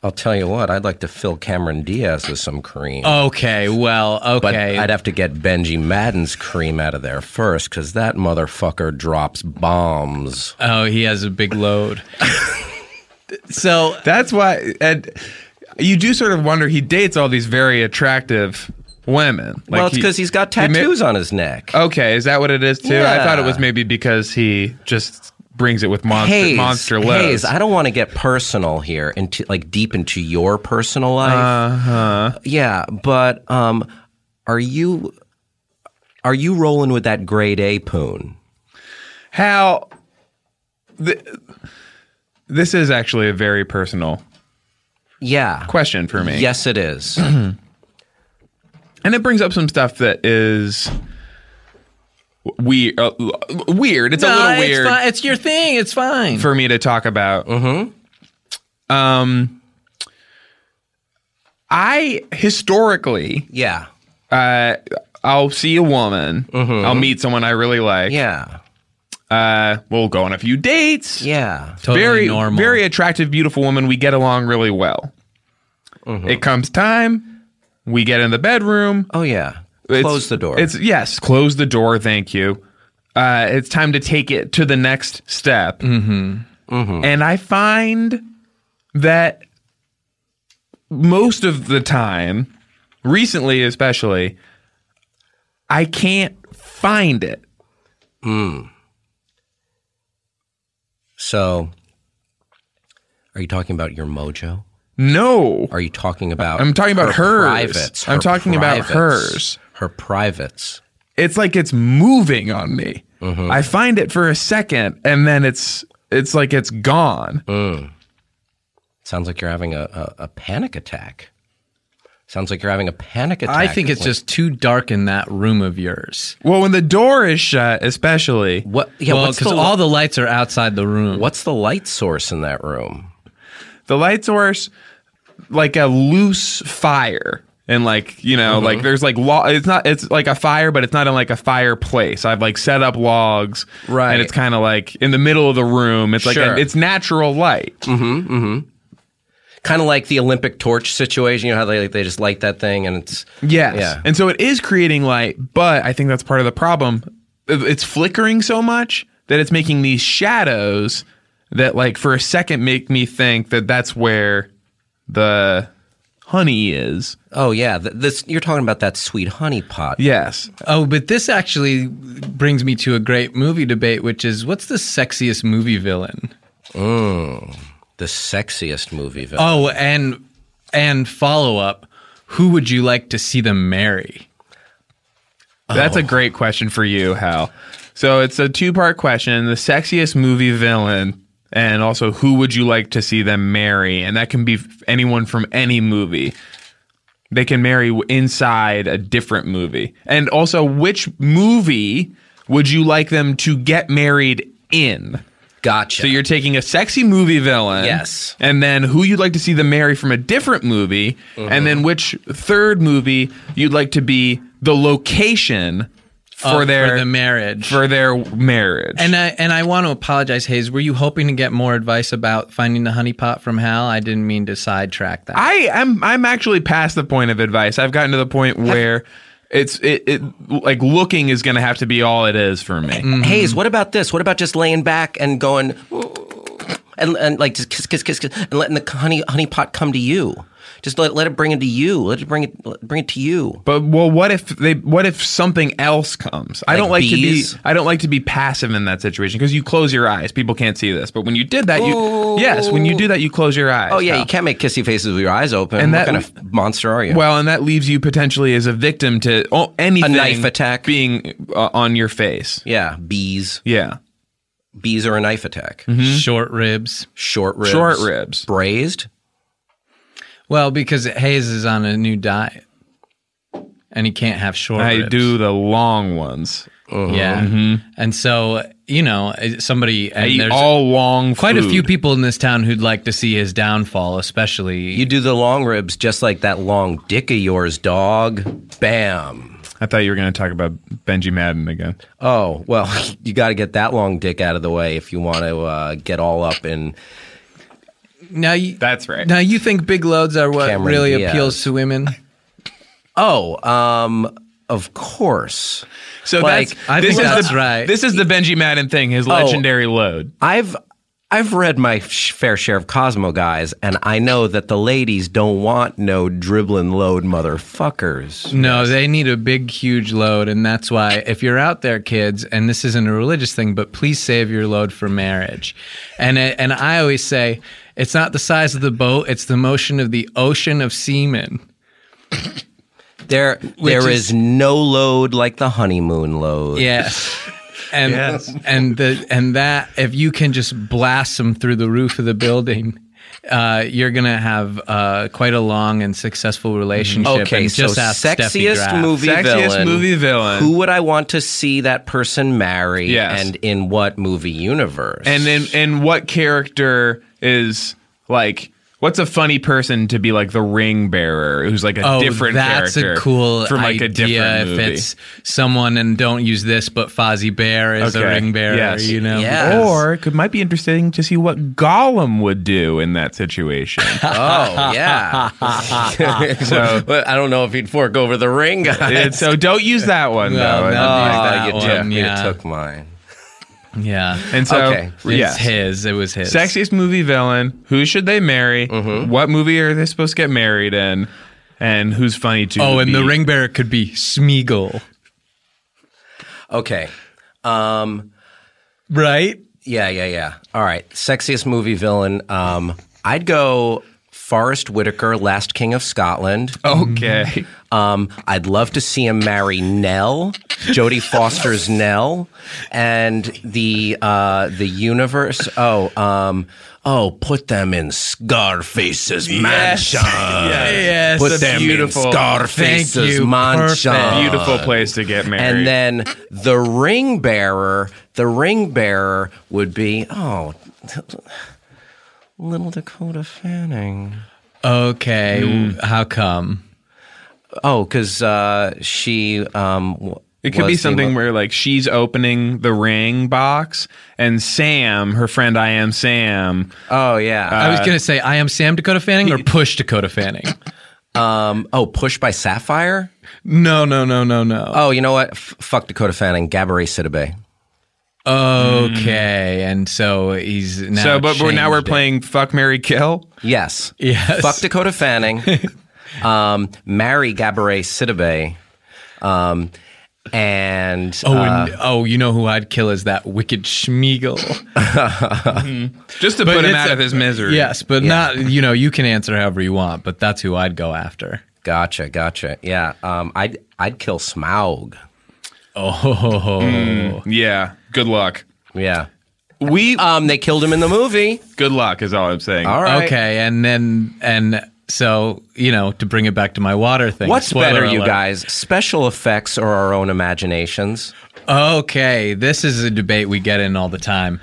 Speaker 7: I'll tell you what, I'd like to fill Cameron Diaz with some cream.
Speaker 3: Okay. Well.
Speaker 7: But
Speaker 3: Okay.
Speaker 7: I'd have to get Benji Madden's cream out of there first because that motherfucker drops bombs.
Speaker 3: oh, he has a big load. so
Speaker 2: That's why. And you do sort of wonder. He dates all these very attractive women. Like
Speaker 7: well, it's
Speaker 2: he-
Speaker 7: because he, has got
Speaker 2: he ma-
Speaker 7: tattoos on his neck.
Speaker 2: okay, is that what it is too? I thought it
Speaker 7: Yeah.
Speaker 2: was maybe because he just brings it with monster
Speaker 7: Hayes,
Speaker 2: monster
Speaker 7: Hayes,
Speaker 2: loads.
Speaker 7: I don't want to get personal here, into like deep into your personal life. Uh-huh. Yeah, but um, are you are you rolling with that grade A poon?
Speaker 2: How? Th- this is actually a very personal
Speaker 7: Yeah.
Speaker 2: question for me.
Speaker 7: Yes, it is.
Speaker 2: and it brings up some stuff that is we uh, weird. It's a
Speaker 3: No,
Speaker 2: little
Speaker 3: it's
Speaker 2: weird
Speaker 3: fi- It's your thing. It's fine.
Speaker 2: for me to talk about. Mm-hmm.
Speaker 7: Mm-hmm.
Speaker 2: Um, I historically,
Speaker 7: yeah.
Speaker 2: uh, I'll see a woman. I'll meet someone I really like.
Speaker 7: Mm-hmm. Yeah.
Speaker 2: Uh, we'll go on a few dates.
Speaker 7: Yeah.
Speaker 3: Totally
Speaker 2: very
Speaker 3: normal.
Speaker 2: very attractive, beautiful woman. We get along really well.
Speaker 7: Mm-hmm.
Speaker 2: It comes time. We get in the bedroom.
Speaker 7: Oh yeah.
Speaker 2: It's-
Speaker 7: Close the door.
Speaker 2: It's yes, close the door. Thank you. Uh, it's time to take it to the next step. Mm-hmm. And I find that most of the time, recently especially, I can't find it.
Speaker 7: so. Are you talking about your mojo?
Speaker 2: No,
Speaker 7: Are you talking about?
Speaker 2: I'm talking about
Speaker 7: her
Speaker 2: hers.
Speaker 7: Privates,
Speaker 2: I'm
Speaker 7: her
Speaker 2: talking about
Speaker 7: privates,
Speaker 2: hers.
Speaker 7: Her privates.
Speaker 2: it's like it's moving on me.
Speaker 7: Mm-hmm.
Speaker 2: I find it for a second, and then it's it's like it's gone.
Speaker 7: Sounds like you're having a, a, a panic attack. Sounds like you're having a panic attack.
Speaker 3: I think it's
Speaker 7: Like,
Speaker 3: just too dark in that room of yours.
Speaker 2: Well, when the door is shut, especially.
Speaker 7: what. Yeah,
Speaker 3: well,
Speaker 7: what's the
Speaker 3: because all
Speaker 7: all
Speaker 3: the lights are outside the room.
Speaker 7: what's the light source in that room?
Speaker 2: the light source like a loose fire and like you
Speaker 7: Mm-hmm.
Speaker 2: know like there's like law it's not it's like a fire but it's not in like a fireplace i've like set up logs
Speaker 7: Right.
Speaker 2: and it's kind of like in the middle of the room it's like
Speaker 7: Sure. Mm-hmm.
Speaker 2: it's natural light
Speaker 7: Kind of like the Olympic torch situation. You know how they they just light that thing and it's
Speaker 2: yes
Speaker 7: Yeah.
Speaker 2: and so it is creating light but i think that's part of the problem It- it's flickering so much that it's making these shadows that like for a second make me think that that's where the honey is
Speaker 7: oh yeah. th- This you're talking about that sweet honey pot.
Speaker 2: yes
Speaker 3: oh, but this actually brings me to a great movie debate, which is what's the sexiest movie villain?
Speaker 7: Mm, The sexiest movie villain.
Speaker 3: Oh, and and follow up, who would you like to see them marry?
Speaker 2: That's a great question for you, Hal. So it's a two part question the sexiest movie villain, and also who would you like to see them marry? And that can be f- anyone from any movie. They can marry w- inside a different movie. And also, which movie would you like them to get married in?
Speaker 7: Gotcha.
Speaker 2: So you're taking a sexy movie villain.
Speaker 7: Yes.
Speaker 2: And then who you'd like to see them marry from a different movie.
Speaker 3: Mm-hmm.
Speaker 2: And then which third movie you'd like to be the location
Speaker 3: Uh,
Speaker 2: for their
Speaker 3: the marriage.
Speaker 2: for their marriage.
Speaker 3: and uh, I and I want to apologize, Hayes. Were you hoping to get more advice about finding the honeypot from Hal? I didn't mean to sidetrack that.
Speaker 2: I am I'm actually past the point of advice. I've gotten to the point where it's it, it like looking is going to have to be all it is for me.
Speaker 3: Mm-hmm.
Speaker 7: Hayes, what about this? What about just laying back and going and, and like just kiss, kiss, kiss, kiss, and letting the honey honey pot come to you? Just let, let it bring it to you. Let it bring it let- bring it to you.
Speaker 2: But well, what if they? What if something else comes? I
Speaker 7: Like
Speaker 2: don't like
Speaker 7: bees?
Speaker 2: to be. I don't like to be passive in that situation because you close your eyes. People can't see this, but when you did that, you yes, when you do that, you close your eyes.
Speaker 7: Oh yeah,
Speaker 2: pal.
Speaker 7: you can't make kissy faces with your eyes open.
Speaker 2: And
Speaker 7: what
Speaker 2: that-
Speaker 7: kind of monster are you?
Speaker 2: Well, and that leaves you potentially as a victim to oh, anything.
Speaker 7: knife attack.
Speaker 2: being uh, on your face.
Speaker 7: yeah, bees.
Speaker 2: Yeah,
Speaker 7: Bees are a knife attack.
Speaker 3: Short ribs.
Speaker 7: Short ribs.
Speaker 2: Mm-hmm. short ribs.
Speaker 7: Braised.
Speaker 3: Well, because Hayes is on a new diet, and he can't have short.
Speaker 2: I
Speaker 3: ribs.
Speaker 2: do the long ones.
Speaker 3: Yeah, Mm-hmm. and so you know, eh, somebody
Speaker 2: I
Speaker 3: and
Speaker 2: eat
Speaker 3: there's
Speaker 2: all long.
Speaker 3: quite a few
Speaker 2: food.
Speaker 3: people in this town who'd like to see his downfall, especially
Speaker 7: You do the long ribs just like that long dick of yours, dog. Bam.
Speaker 2: I thought you were going to talk about Benji Madden again.
Speaker 7: Oh, well, you got to get that long dick out of the way if you want to uh, get all up in
Speaker 3: now. You,
Speaker 2: That's right.
Speaker 3: Now you think big loads are what
Speaker 7: Cameron
Speaker 3: really
Speaker 7: Diaz.
Speaker 3: appeals to women?
Speaker 7: Oh, um, of course.
Speaker 2: So
Speaker 7: Like,
Speaker 2: that's
Speaker 3: I
Speaker 2: this
Speaker 3: think
Speaker 2: is
Speaker 3: that's
Speaker 2: the,
Speaker 3: right. Oh.
Speaker 2: This is the Benji Madden thing. His legendary load.
Speaker 7: I've I've read my sh- fair share of Cosmo guys, and I know that the ladies don't want no dribbling load motherfuckers.
Speaker 3: No, they need a big, huge load, and that's why if you're out there, kids, and this isn't a religious thing, but please save your load for marriage. And it- and I always say it's not the size of the boat; it's the motion of the ocean of semen.
Speaker 7: There, there
Speaker 3: is-
Speaker 7: is no load like the honeymoon load.
Speaker 3: Yes. And and the and that if you can just blast them through the roof of the building, uh, you're gonna have uh, quite a long and successful relationship.
Speaker 7: Okay,
Speaker 3: and just
Speaker 7: so
Speaker 3: ask Steffi
Speaker 7: sexiest
Speaker 3: Graf.
Speaker 7: movie
Speaker 2: Mm-hmm. Sexiest
Speaker 7: villain.
Speaker 2: movie villain.
Speaker 7: Who would I want to see that person marry?
Speaker 2: Yes.
Speaker 7: and in what movie universe?
Speaker 2: And then and what character is like what's a funny person to be like the ring bearer who's like a
Speaker 3: Oh,
Speaker 2: different
Speaker 3: that's
Speaker 2: character
Speaker 3: a cool
Speaker 2: from like
Speaker 3: idea
Speaker 2: a different movie.
Speaker 3: if it's someone and don't use this, but Fozzie Bear is the
Speaker 2: Okay,
Speaker 3: ring bearer.
Speaker 2: yes.
Speaker 3: You know,
Speaker 7: Yeah.
Speaker 2: or it could might be interesting to see what Gollum would do in that situation.
Speaker 7: oh yeah.
Speaker 2: So-
Speaker 7: Well, I don't know if he'd fork over the ring, guys.
Speaker 2: And so don't use that one
Speaker 3: Well,
Speaker 2: though.
Speaker 3: no,
Speaker 2: Ah,
Speaker 7: Oh,
Speaker 3: Like that
Speaker 7: you
Speaker 3: one,
Speaker 7: took, you
Speaker 3: yeah.
Speaker 7: took mine.
Speaker 3: yeah.
Speaker 2: And so
Speaker 7: Okay.
Speaker 3: it's
Speaker 2: yes.
Speaker 3: his. It was his.
Speaker 2: Sexiest movie villain. Who should they marry?
Speaker 3: Mm-hmm.
Speaker 2: What movie are they supposed to get married in? And who's funny to
Speaker 3: Oh, and the
Speaker 2: beat?
Speaker 3: ring bearer could be Smeagol,
Speaker 7: Okay. Um,
Speaker 3: right?
Speaker 7: yeah, yeah, yeah. All right. Sexiest movie villain. Um, I'd go Forrest Whitaker, Last King of Scotland.
Speaker 3: Oh.
Speaker 2: Okay.
Speaker 7: Um, I'd love to see him marry Nell, Jodie Foster's Nell, and the uh, the universe. Oh, um, oh, put them in Scarface's mansion.
Speaker 3: Yes,
Speaker 7: Put
Speaker 3: a
Speaker 7: them
Speaker 3: beautiful-
Speaker 7: in Scarface's
Speaker 3: Thank you,
Speaker 7: mansion.
Speaker 3: perfect.
Speaker 2: Beautiful place to get married.
Speaker 7: And then the ring bearer, the ring bearer would be oh, little Dakota Fanning.
Speaker 3: Okay,
Speaker 2: Mm.
Speaker 3: how come?
Speaker 7: Oh, because uh, she. Um, w-
Speaker 2: It could
Speaker 7: was
Speaker 2: be
Speaker 7: the
Speaker 2: something
Speaker 7: mo-
Speaker 2: where like she's opening the ring box and Sam, her friend I am Sam.
Speaker 7: Oh yeah.
Speaker 2: Uh,
Speaker 3: I was gonna say I am Sam Dakota Fanning or push Dakota Fanning.
Speaker 7: um. Oh, push by Sapphire.
Speaker 3: No, no, no, no, no.
Speaker 7: Oh, you know what? F- fuck Dakota Fanning. Gabourey Sidibe.
Speaker 3: Oh, Okay, and so he's now
Speaker 2: so but we're, now we're
Speaker 3: changed it.
Speaker 2: playing fuck Mary Kill.
Speaker 7: Yes.
Speaker 3: Yes.
Speaker 7: Fuck Dakota Fanning. um. Marry Gabourey Sidibe. Um. And
Speaker 3: Oh, and, oh, you know who I'd kill is that wicked Schmiegel.
Speaker 2: Just to put him
Speaker 3: it's
Speaker 2: out
Speaker 3: a-
Speaker 2: of his misery.
Speaker 3: yes, but not you know you can answer however you want, but that's who I'd go after.
Speaker 7: Gotcha, gotcha. Yeah, um, I'd I'd kill Smaug.
Speaker 3: Oh,
Speaker 2: Yeah. Good luck.
Speaker 7: Yeah,
Speaker 2: We Uh,
Speaker 7: um, they killed him in the movie.
Speaker 2: good luck is all I'm saying.
Speaker 7: All right.
Speaker 3: okay, and then and So, you know, to bring it back to my water thing.
Speaker 7: What's
Speaker 3: spoiler
Speaker 7: better, you
Speaker 3: alert.
Speaker 7: guys, special effects or our own imaginations?
Speaker 3: Okay, this is a debate we get in all the time.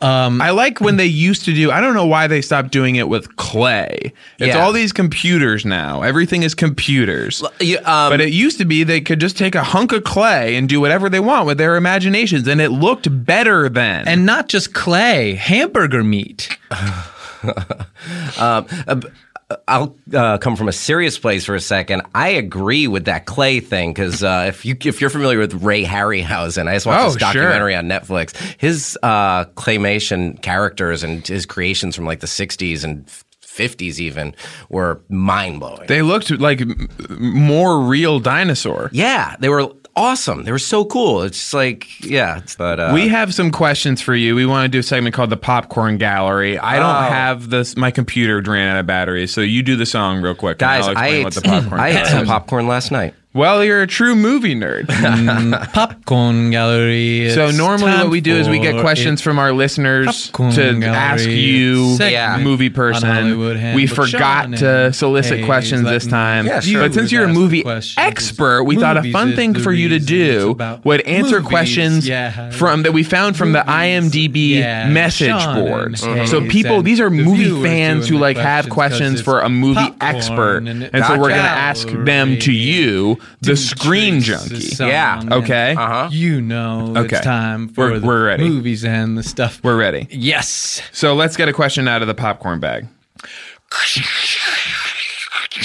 Speaker 3: Um,
Speaker 2: I like when they used to do. I don't know why they stopped doing it with clay. It's
Speaker 7: Yeah.
Speaker 2: all these computers now. Everything is computers.
Speaker 7: You, um,
Speaker 2: but it used to be they could just take a hunk of clay and do whatever they want with their imaginations, and it looked better then.
Speaker 3: and not just clay, hamburger meat.
Speaker 7: I'll uh, come from a serious place for a second. I agree with that clay thing because uh, if you if you're familiar with Ray Harryhausen, I just watched
Speaker 2: Oh,
Speaker 7: this
Speaker 2: sure.
Speaker 7: documentary on Netflix. His uh, claymation characters and his creations from like the '60s and '50s even were mind blowing.
Speaker 2: they looked like m- more real dinosaur.
Speaker 7: yeah, they were awesome. They were so cool. It's just like yeah, it's- but uh,
Speaker 2: We have some questions for you. We want to do a segment called the Popcorn Gallery. I
Speaker 7: Oh.
Speaker 2: don't have this. My computer ran out of batteries, so you do the song real quick. and
Speaker 7: guys,
Speaker 2: I'll
Speaker 7: I
Speaker 2: explain what
Speaker 7: ate,
Speaker 2: the popcorn.
Speaker 7: I ate
Speaker 2: gallery
Speaker 7: some
Speaker 2: is.
Speaker 7: popcorn last night.
Speaker 2: Well, you're a true movie nerd.
Speaker 3: Popcorn gallery.
Speaker 2: So
Speaker 3: it's
Speaker 2: normally
Speaker 3: time
Speaker 2: what we do is we get
Speaker 3: for
Speaker 2: questions
Speaker 3: it.
Speaker 2: from our listeners
Speaker 3: Popcorn
Speaker 2: to
Speaker 3: gallery
Speaker 2: ask you,
Speaker 3: segment
Speaker 2: movie
Speaker 3: on
Speaker 2: person.
Speaker 3: Hollywood
Speaker 2: We
Speaker 3: Handbook.
Speaker 2: forgot
Speaker 3: Sean
Speaker 2: to
Speaker 3: and
Speaker 2: solicit
Speaker 3: Hayes
Speaker 2: questions this
Speaker 3: letting
Speaker 2: time.
Speaker 7: Yeah, sure.
Speaker 2: But since
Speaker 3: We've
Speaker 2: you're a
Speaker 3: asked
Speaker 2: movie
Speaker 3: questions.
Speaker 2: expert, we thought a fun
Speaker 3: Movies
Speaker 2: thing
Speaker 3: is
Speaker 2: for
Speaker 3: the
Speaker 2: you to
Speaker 3: reason it's
Speaker 2: do
Speaker 3: about
Speaker 2: would answer
Speaker 3: movies.
Speaker 2: questions
Speaker 3: Yeah.
Speaker 2: from that we found from the IMDb
Speaker 3: Yeah,
Speaker 2: message
Speaker 3: Sean and
Speaker 2: boards.
Speaker 3: Hayes
Speaker 2: So people,
Speaker 3: and
Speaker 2: these are
Speaker 3: the
Speaker 2: movie
Speaker 3: viewers
Speaker 2: fans
Speaker 3: doing
Speaker 2: who
Speaker 3: the
Speaker 2: like have questions
Speaker 3: questions 'cause
Speaker 2: for a
Speaker 3: it's
Speaker 2: movie
Speaker 3: popcorn
Speaker 2: expert.
Speaker 3: and
Speaker 2: And
Speaker 3: it-
Speaker 2: so we're going to
Speaker 3: Gotcha.
Speaker 2: ask them to you, the screen junkie.
Speaker 7: Yeah,
Speaker 2: okay.
Speaker 3: Uh-huh. You know
Speaker 2: Okay.
Speaker 3: it's time for
Speaker 2: We're-
Speaker 3: the
Speaker 2: we're ready.
Speaker 3: movies and the stuff.
Speaker 2: We're ready.
Speaker 3: yes.
Speaker 2: So let's get a question out of the popcorn bag.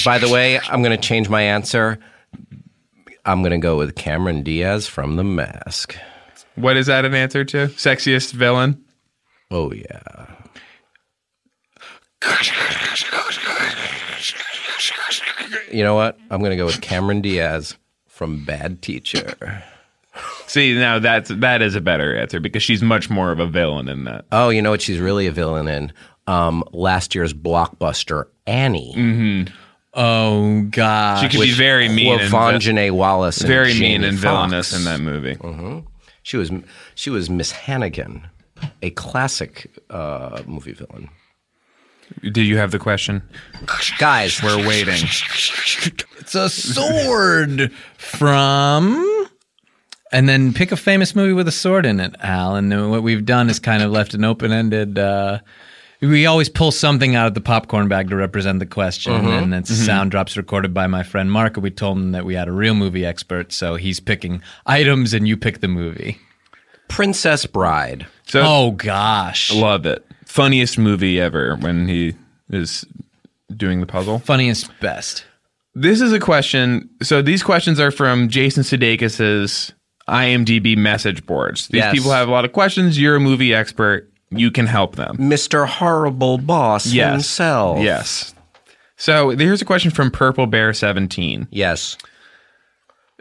Speaker 7: By the way, I'm going to change my answer. I'm going to go with Cameron Diaz from The Mask.
Speaker 2: What is that an answer to? Sexiest villain?
Speaker 7: Oh yeah. You know what? I'm going to go with Cameron Diaz from Bad Teacher.
Speaker 2: See, now that's that is a better answer because she's much more of a villain in that.
Speaker 7: Oh, you know what? She's really a villain in um, last year's blockbuster Annie.
Speaker 3: Oh God.
Speaker 2: She could be Mm. very mean and vi-
Speaker 7: Lavanjane Wallace. and
Speaker 2: very
Speaker 7: Jamie
Speaker 2: mean and villainous
Speaker 7: Foxx.
Speaker 2: in that movie.
Speaker 7: She was she was Miss Hannigan, a classic uh, movie villain.
Speaker 2: Do you have the question?
Speaker 7: Guys, we're
Speaker 2: Waiting.
Speaker 3: It's a sword from. And then pick a famous movie with a sword in it, Al. And then what we've done is kind of left an open ended. Uh, we always pull something out of the popcorn bag to represent the question.
Speaker 7: Uh-huh.
Speaker 3: And
Speaker 7: Mm-hmm.
Speaker 3: it's sound drops recorded by my friend Mark. And we told him that we had a real movie expert. So he's picking items and you pick the movie.
Speaker 7: Princess Bride.
Speaker 2: So
Speaker 3: Oh, gosh.
Speaker 2: love it. Funniest movie ever when he is doing the puzzle.
Speaker 3: Funniest best.
Speaker 2: This is a question. So these questions are from Jason Sudeikis's IMDb message boards. These
Speaker 7: Yes.
Speaker 2: people have a lot of questions. You're a movie expert. You can help them.
Speaker 7: Mr. Horrible Boss
Speaker 2: Yes.
Speaker 7: himself.
Speaker 2: Yes. So here's a question from Purple Bear 17.
Speaker 7: Yes.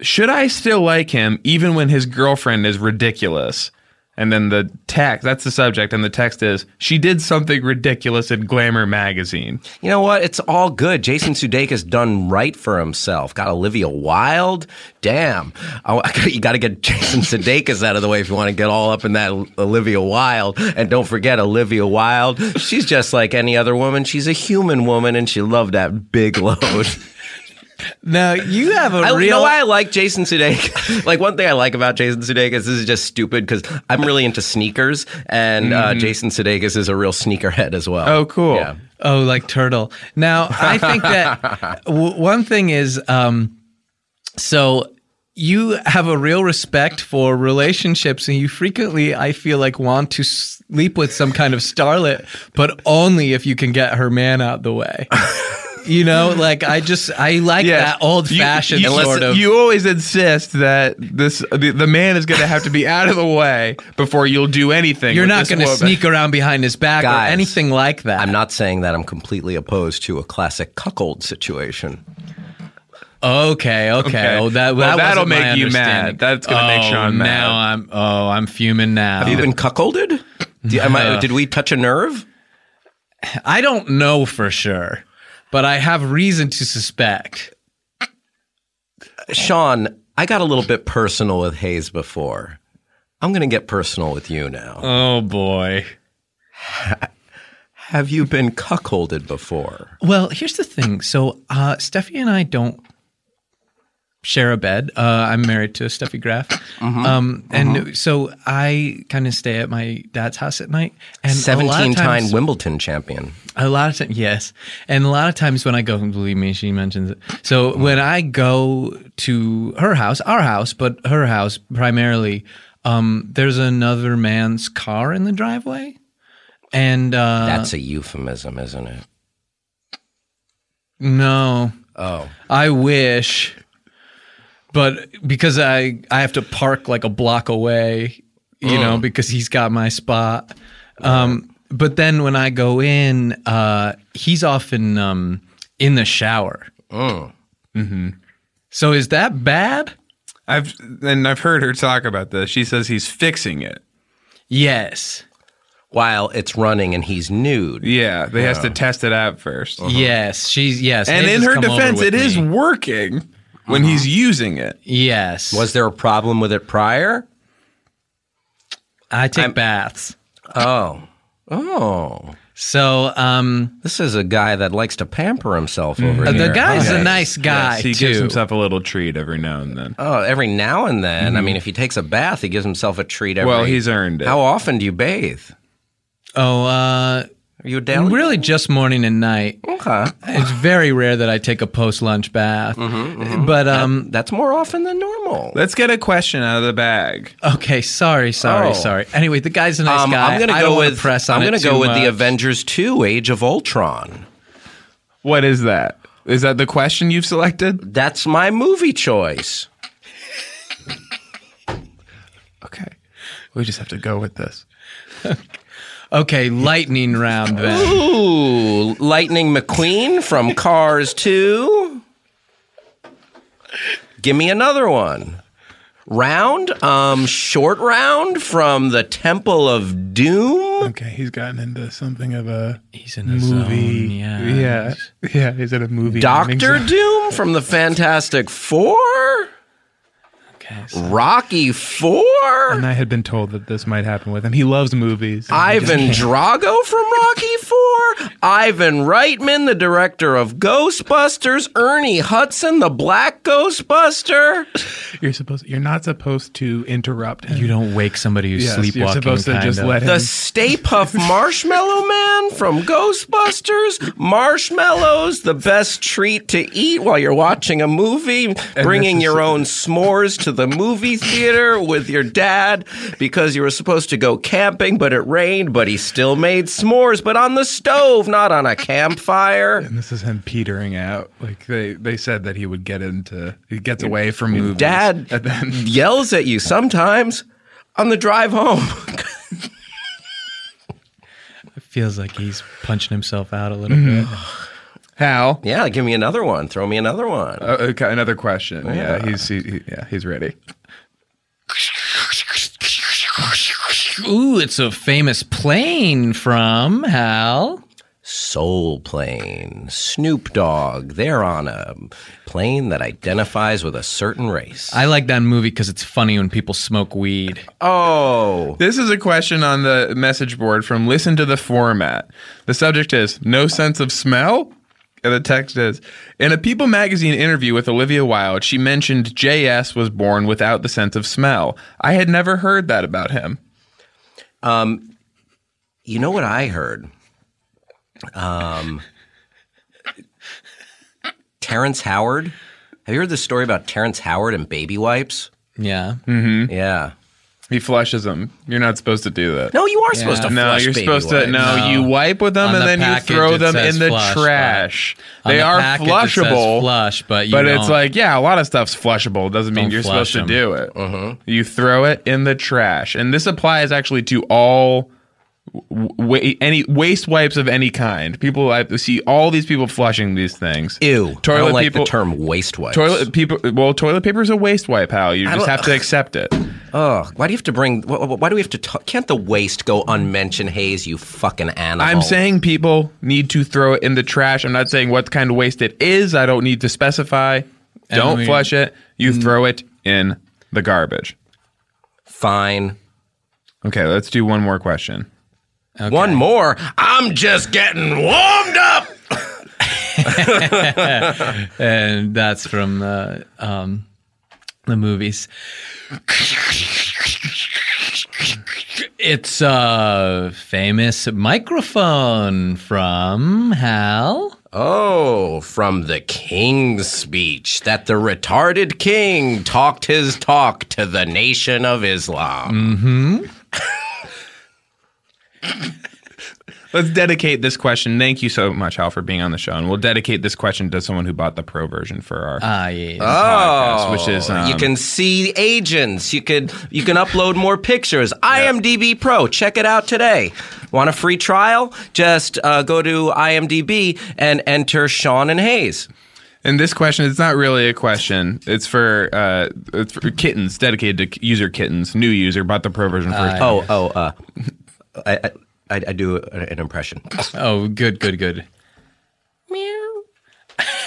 Speaker 2: Should I still like him even when his girlfriend is ridiculous? And then the text, that's the subject, and the text is, she did something ridiculous in Glamour magazine.
Speaker 7: You know what? It's all good. Jason Sudeikis done right for himself. Got Olivia Wilde. Damn. Oh, you got to get Jason Sudeikis out of the way if you want to get all up in that Olivia Wilde. And don't forget Olivia Wilde. She's just like any other woman. She's a human woman, and she loved that big load.
Speaker 3: Now, you have a
Speaker 7: I you
Speaker 3: real.
Speaker 7: know why I like Jason Sudeikis. like one thing I like about Jason Sudeikis, this is just stupid because I'm really into sneakers, and uh, Jason Sudeikis is a real sneakerhead as well.
Speaker 2: Oh, cool.
Speaker 7: Yeah.
Speaker 3: Mm-hmm. Oh, like turtle. Now, I think that w- one thing is um, so you have a real respect for relationships, and you frequently, I feel like, want to sleep with some kind of starlet, but only if you can get her man out the way. You know, like I just I like that old fashioned
Speaker 2: You- you-
Speaker 3: sort of.
Speaker 2: You always insist that this the, the man is going to have to be out of the way before you'll do anything.
Speaker 3: you're
Speaker 2: with
Speaker 3: not
Speaker 2: this
Speaker 3: going to
Speaker 2: woman.
Speaker 3: sneak around behind his back
Speaker 7: Guys,
Speaker 3: or anything like that.
Speaker 7: I'm not saying that I'm completely opposed to a classic cuckold situation.
Speaker 3: Okay, okay.
Speaker 2: Okay.
Speaker 3: Oh, that,
Speaker 2: Well,
Speaker 3: that
Speaker 2: that'll
Speaker 3: wasn't my
Speaker 2: make you mad.
Speaker 3: understanding.
Speaker 2: That's gonna make
Speaker 3: Oh,
Speaker 2: Sean mad.
Speaker 3: Now I'm oh, I'm fuming now.
Speaker 7: Have you been cuckolded? Do- am I- did we touch a nerve?
Speaker 3: I don't know for sure, but I have reason to suspect.
Speaker 7: Sean, I got a little bit personal with Hayes before.
Speaker 3: Uh.
Speaker 2: Oh,
Speaker 7: I'm going to get personal with you now.
Speaker 3: Oh boy.
Speaker 7: Have you been cuckolded before?
Speaker 3: Well, here's the thing. So uh, Steffi and I don't share a bed. Uh, I'm married to Steffi Graf,
Speaker 2: Mm-hmm.
Speaker 3: um, and so I kind of stay at my dad's house at night. And a lot of
Speaker 7: Seventeen-time
Speaker 3: times,
Speaker 7: Wimbledon champion.
Speaker 3: a lot of times, yes, and a lot of times when I go, believe me, she mentions it. So when I go to her house, our house, but her house primarily, um, there's another man's car in the driveway, and uh,
Speaker 7: That's a euphemism, isn't it?
Speaker 3: no,
Speaker 7: Oh,
Speaker 3: I wish, but because I I have to park like a block away, you know,
Speaker 2: Mm.
Speaker 3: because he's got my spot. Um, but then when I go in, uh, he's often um, in the shower. Mm. Mm-hmm.
Speaker 2: Oh.
Speaker 3: So is that bad?
Speaker 2: I've and I've heard her talk about this. She says he's fixing it.
Speaker 3: Yes.
Speaker 7: while it's running and he's nude.
Speaker 2: Yeah, they has to test it out 1st
Speaker 3: Yes. She's yes.
Speaker 2: Uh-huh. And
Speaker 3: Hayes
Speaker 2: in
Speaker 3: has
Speaker 2: her
Speaker 3: come over
Speaker 2: defense, it
Speaker 3: with
Speaker 2: is
Speaker 3: me.
Speaker 2: working when he's using it.
Speaker 3: Yes.
Speaker 7: Was there a problem with it prior?
Speaker 3: I take baths.
Speaker 7: Oh, oh.
Speaker 3: So um,
Speaker 7: This is a guy that likes to pamper himself over
Speaker 3: the
Speaker 7: here.
Speaker 3: guy's
Speaker 7: Hi.
Speaker 3: a nice guy
Speaker 2: Yes, he
Speaker 3: too.
Speaker 2: gives himself a little treat every now and then.
Speaker 7: Oh, every now and then.
Speaker 3: Mm.
Speaker 7: I mean, if he takes a bath, he gives himself a treat every.
Speaker 2: Well, he's earned it.
Speaker 7: How often do you bathe?
Speaker 3: oh, uh,
Speaker 7: Are you down?
Speaker 3: really, just morning and night.
Speaker 7: Okay.
Speaker 3: It's very rare that I take a post lunch bath.
Speaker 7: Mm-hmm,
Speaker 3: But um
Speaker 7: That's more often than normal.
Speaker 2: Let's get a question out of the bag.
Speaker 3: okay, sorry, sorry,
Speaker 7: Oh.
Speaker 3: sorry. Anyway, the guy's a nice
Speaker 7: Um,
Speaker 3: guy.
Speaker 7: I'm going to
Speaker 3: I don't
Speaker 7: go
Speaker 3: wanna
Speaker 7: with
Speaker 3: press on
Speaker 7: I'm
Speaker 3: it
Speaker 7: going to go
Speaker 3: too
Speaker 7: with the
Speaker 3: much.
Speaker 7: Avengers 2 Age of Ultron.
Speaker 2: What is that? Is that the question you've selected?
Speaker 7: That's my movie choice.
Speaker 2: Okay. We just have to go with this.
Speaker 3: Okay, lightning round then.
Speaker 7: Ooh, Lightning McQueen from Cars 2. Give me another one. Round, um, short round from the Temple of Doom.
Speaker 2: Okay, he's gotten into something of a
Speaker 3: He's in his movie. yeah.
Speaker 2: yeah. He's in a movie.
Speaker 7: Doctor Doom from the Fantastic Four.
Speaker 3: Okay. so-
Speaker 7: Rocky Four.
Speaker 2: I had been told that this might happen with him. He loves movies.
Speaker 7: Ivan Drago from Rocky Four, Ivan Reitman, the director of Ghostbusters, Ernie Hudson, the Black Ghostbuster.
Speaker 2: You're supposed. You're not supposed to interrupt him.
Speaker 3: You don't wake somebody who's sleepwalking. kind of.
Speaker 2: him.
Speaker 7: The Stay Puff Marshmallow Man from Ghostbusters. Marshmallows, the best treat to eat while you're watching a movie. Bringing
Speaker 2: this is-
Speaker 7: your own s'mores to the movie theater with your dad because you were supposed to go camping, but it rained, but he still made s'mores, but on the stove, not on a campfire.
Speaker 2: And this is him petering out. Like they, they said that he would get into. He gets away from movies.
Speaker 7: Dad
Speaker 2: And then
Speaker 7: yells at you sometimes on the drive home.
Speaker 3: Feels like he's punching himself out a little
Speaker 2: Mm-hmm.
Speaker 3: bit.
Speaker 2: Hal.
Speaker 7: yeah, give me another one. Throw me another one.
Speaker 2: Uh, okay, another question. Yeah, he's he, he- yeah he's ready.
Speaker 3: Ooh, it's a famous plane from Hal.
Speaker 7: Soul Plane, Snoop Dogg. They're on a plane that identifies with a certain race.
Speaker 3: I like that movie because it's funny when people smoke weed.
Speaker 7: oh,
Speaker 2: This is a question on the message board from Listen to the Format. The subject is No Sense of Smell? And the text is In a People magazine interview with Olivia Wilde, she mentioned JS was born without the sense of smell. I had never heard that about him.
Speaker 7: you know what I heard? Um, Terrence Howard. Have you heard the story about Terrence Howard and baby wipes?
Speaker 3: Yeah.
Speaker 2: Mm.
Speaker 7: Hmm? Yeah.
Speaker 2: He flushes them. You're not supposed to do that.
Speaker 7: No, you are supposed to.
Speaker 2: No,
Speaker 7: flush
Speaker 2: you're
Speaker 7: baby
Speaker 2: supposed
Speaker 7: wipes.
Speaker 2: to. No,
Speaker 3: No.
Speaker 2: you wipe with them
Speaker 3: On
Speaker 2: and
Speaker 3: the
Speaker 2: then you
Speaker 3: package
Speaker 2: throw
Speaker 3: it
Speaker 2: them
Speaker 3: says
Speaker 2: in the
Speaker 3: flush, but-
Speaker 2: trash.
Speaker 3: On
Speaker 2: They
Speaker 3: the
Speaker 2: are
Speaker 3: package, it says
Speaker 2: flushable.
Speaker 3: flush, but you
Speaker 2: but it's
Speaker 3: don't-
Speaker 2: like yeah, a lot of stuff's flushable. Doesn't mean
Speaker 3: Don't
Speaker 2: you're
Speaker 3: flush
Speaker 2: supposed
Speaker 3: 'em.
Speaker 2: to do it. You throw it in the trash, and this applies actually to all. w- Wa- any waste wipes of any kind. People, I see all these people flushing these things.
Speaker 7: Ew.
Speaker 2: Toilet
Speaker 7: I don't like
Speaker 2: people.
Speaker 7: the term waste wipes.
Speaker 2: Toilet people. Well, toilet paper is a waste wipe. How you just
Speaker 7: don't-
Speaker 2: have to accept it.
Speaker 7: Oh, why do you have to bring? Why, why do we have to? T- can't the waste go unmentioned, Hayes? You fucking animal.
Speaker 2: I'm saying people need to throw it in the trash. I'm not saying what kind of waste it is. I don't need to specify. don't
Speaker 3: we-
Speaker 2: flush it. You throw it in the garbage.
Speaker 7: fine.
Speaker 2: Okay, let's do one more question.
Speaker 7: One more. I'm just getting warmed up.
Speaker 3: and that's from the um, the movies. It's a famous microphone from Hal.
Speaker 7: Oh, from the king's speech that the retarded king talked his talk to the nation of Islam.
Speaker 2: Let's dedicate this question. Thank you so much, Hal, for being on the show, and we'll dedicate this question to someone who bought the pro version for our
Speaker 3: Ah, yes.
Speaker 2: Uh. podcast, which is um,
Speaker 7: you can see agents. You could you can upload more pictures. IMDb Pro, check it out today. Want a free trial? Just uh, go to IMDb and enter Sean and Hayes.
Speaker 2: And this question is not really a question. It's for uh, it's for kittens dedicated to user kittens. New user bought the pro version first.
Speaker 7: Oh, oh, uh, I, I I I do an impression.
Speaker 3: Oh, good, good, good.
Speaker 8: Meow.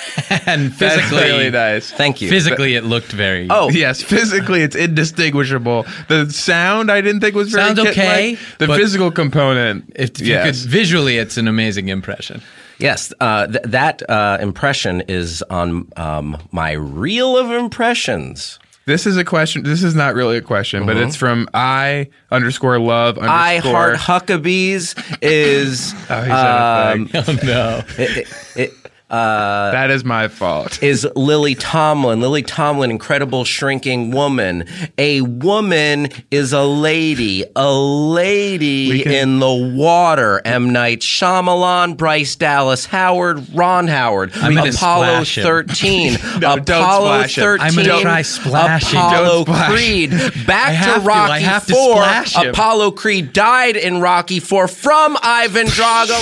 Speaker 3: And
Speaker 2: that's
Speaker 3: physically,
Speaker 2: really nice.
Speaker 7: Thank you.
Speaker 3: physically, it looked very.
Speaker 7: Oh,
Speaker 2: Yes, physically it's indistinguishable. The sound I didn't think was very
Speaker 3: Sounds
Speaker 2: kitten-like.
Speaker 3: okay,
Speaker 2: The
Speaker 3: but-
Speaker 2: physical component.
Speaker 3: if, if you
Speaker 2: yes.
Speaker 3: could visually, it's an amazing impression.
Speaker 7: Yes, uh, th- that uh, impression is on um, my reel of impressions.
Speaker 2: This is a question. This is not really a question, but it's
Speaker 3: Uh-huh.
Speaker 2: from I underscore love underscore.
Speaker 7: I heart Huckabees is
Speaker 2: Oh, he said it back.
Speaker 3: Oh no!
Speaker 7: it, it,
Speaker 3: Um,
Speaker 2: that is my fault.
Speaker 7: is Lily Tomlin. Lily Tomlin, incredible shrinking woman. A woman is a lady. A lady in the water. M. Night Shyamalan, Bryce Dallas Howard, Ron Howard,
Speaker 3: I'm gonna
Speaker 7: Apollo
Speaker 3: splash him.
Speaker 7: 13,
Speaker 2: No, don't
Speaker 7: Apollo
Speaker 2: splash him.
Speaker 7: 13,
Speaker 3: I'm gonna try splashing.
Speaker 7: Apollo
Speaker 2: Don't splash.
Speaker 7: Creed.
Speaker 3: I
Speaker 7: Back
Speaker 3: have
Speaker 7: to
Speaker 3: to.
Speaker 7: Rocky
Speaker 3: I have to
Speaker 7: Four.
Speaker 3: splash him.
Speaker 7: Apollo Creed died in Rocky Four from Ivan Drago.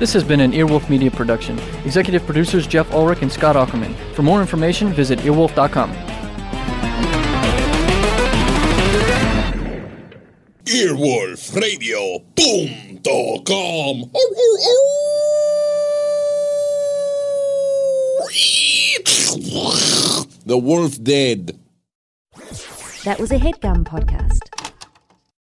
Speaker 9: This has been an Earwolf Media production. Executive producers Jeff Ulrich and Scott Ackerman. For more information, visit earwolf.com.
Speaker 10: Earwolfradio.com. The wolf dead.
Speaker 11: That was a headgum podcast.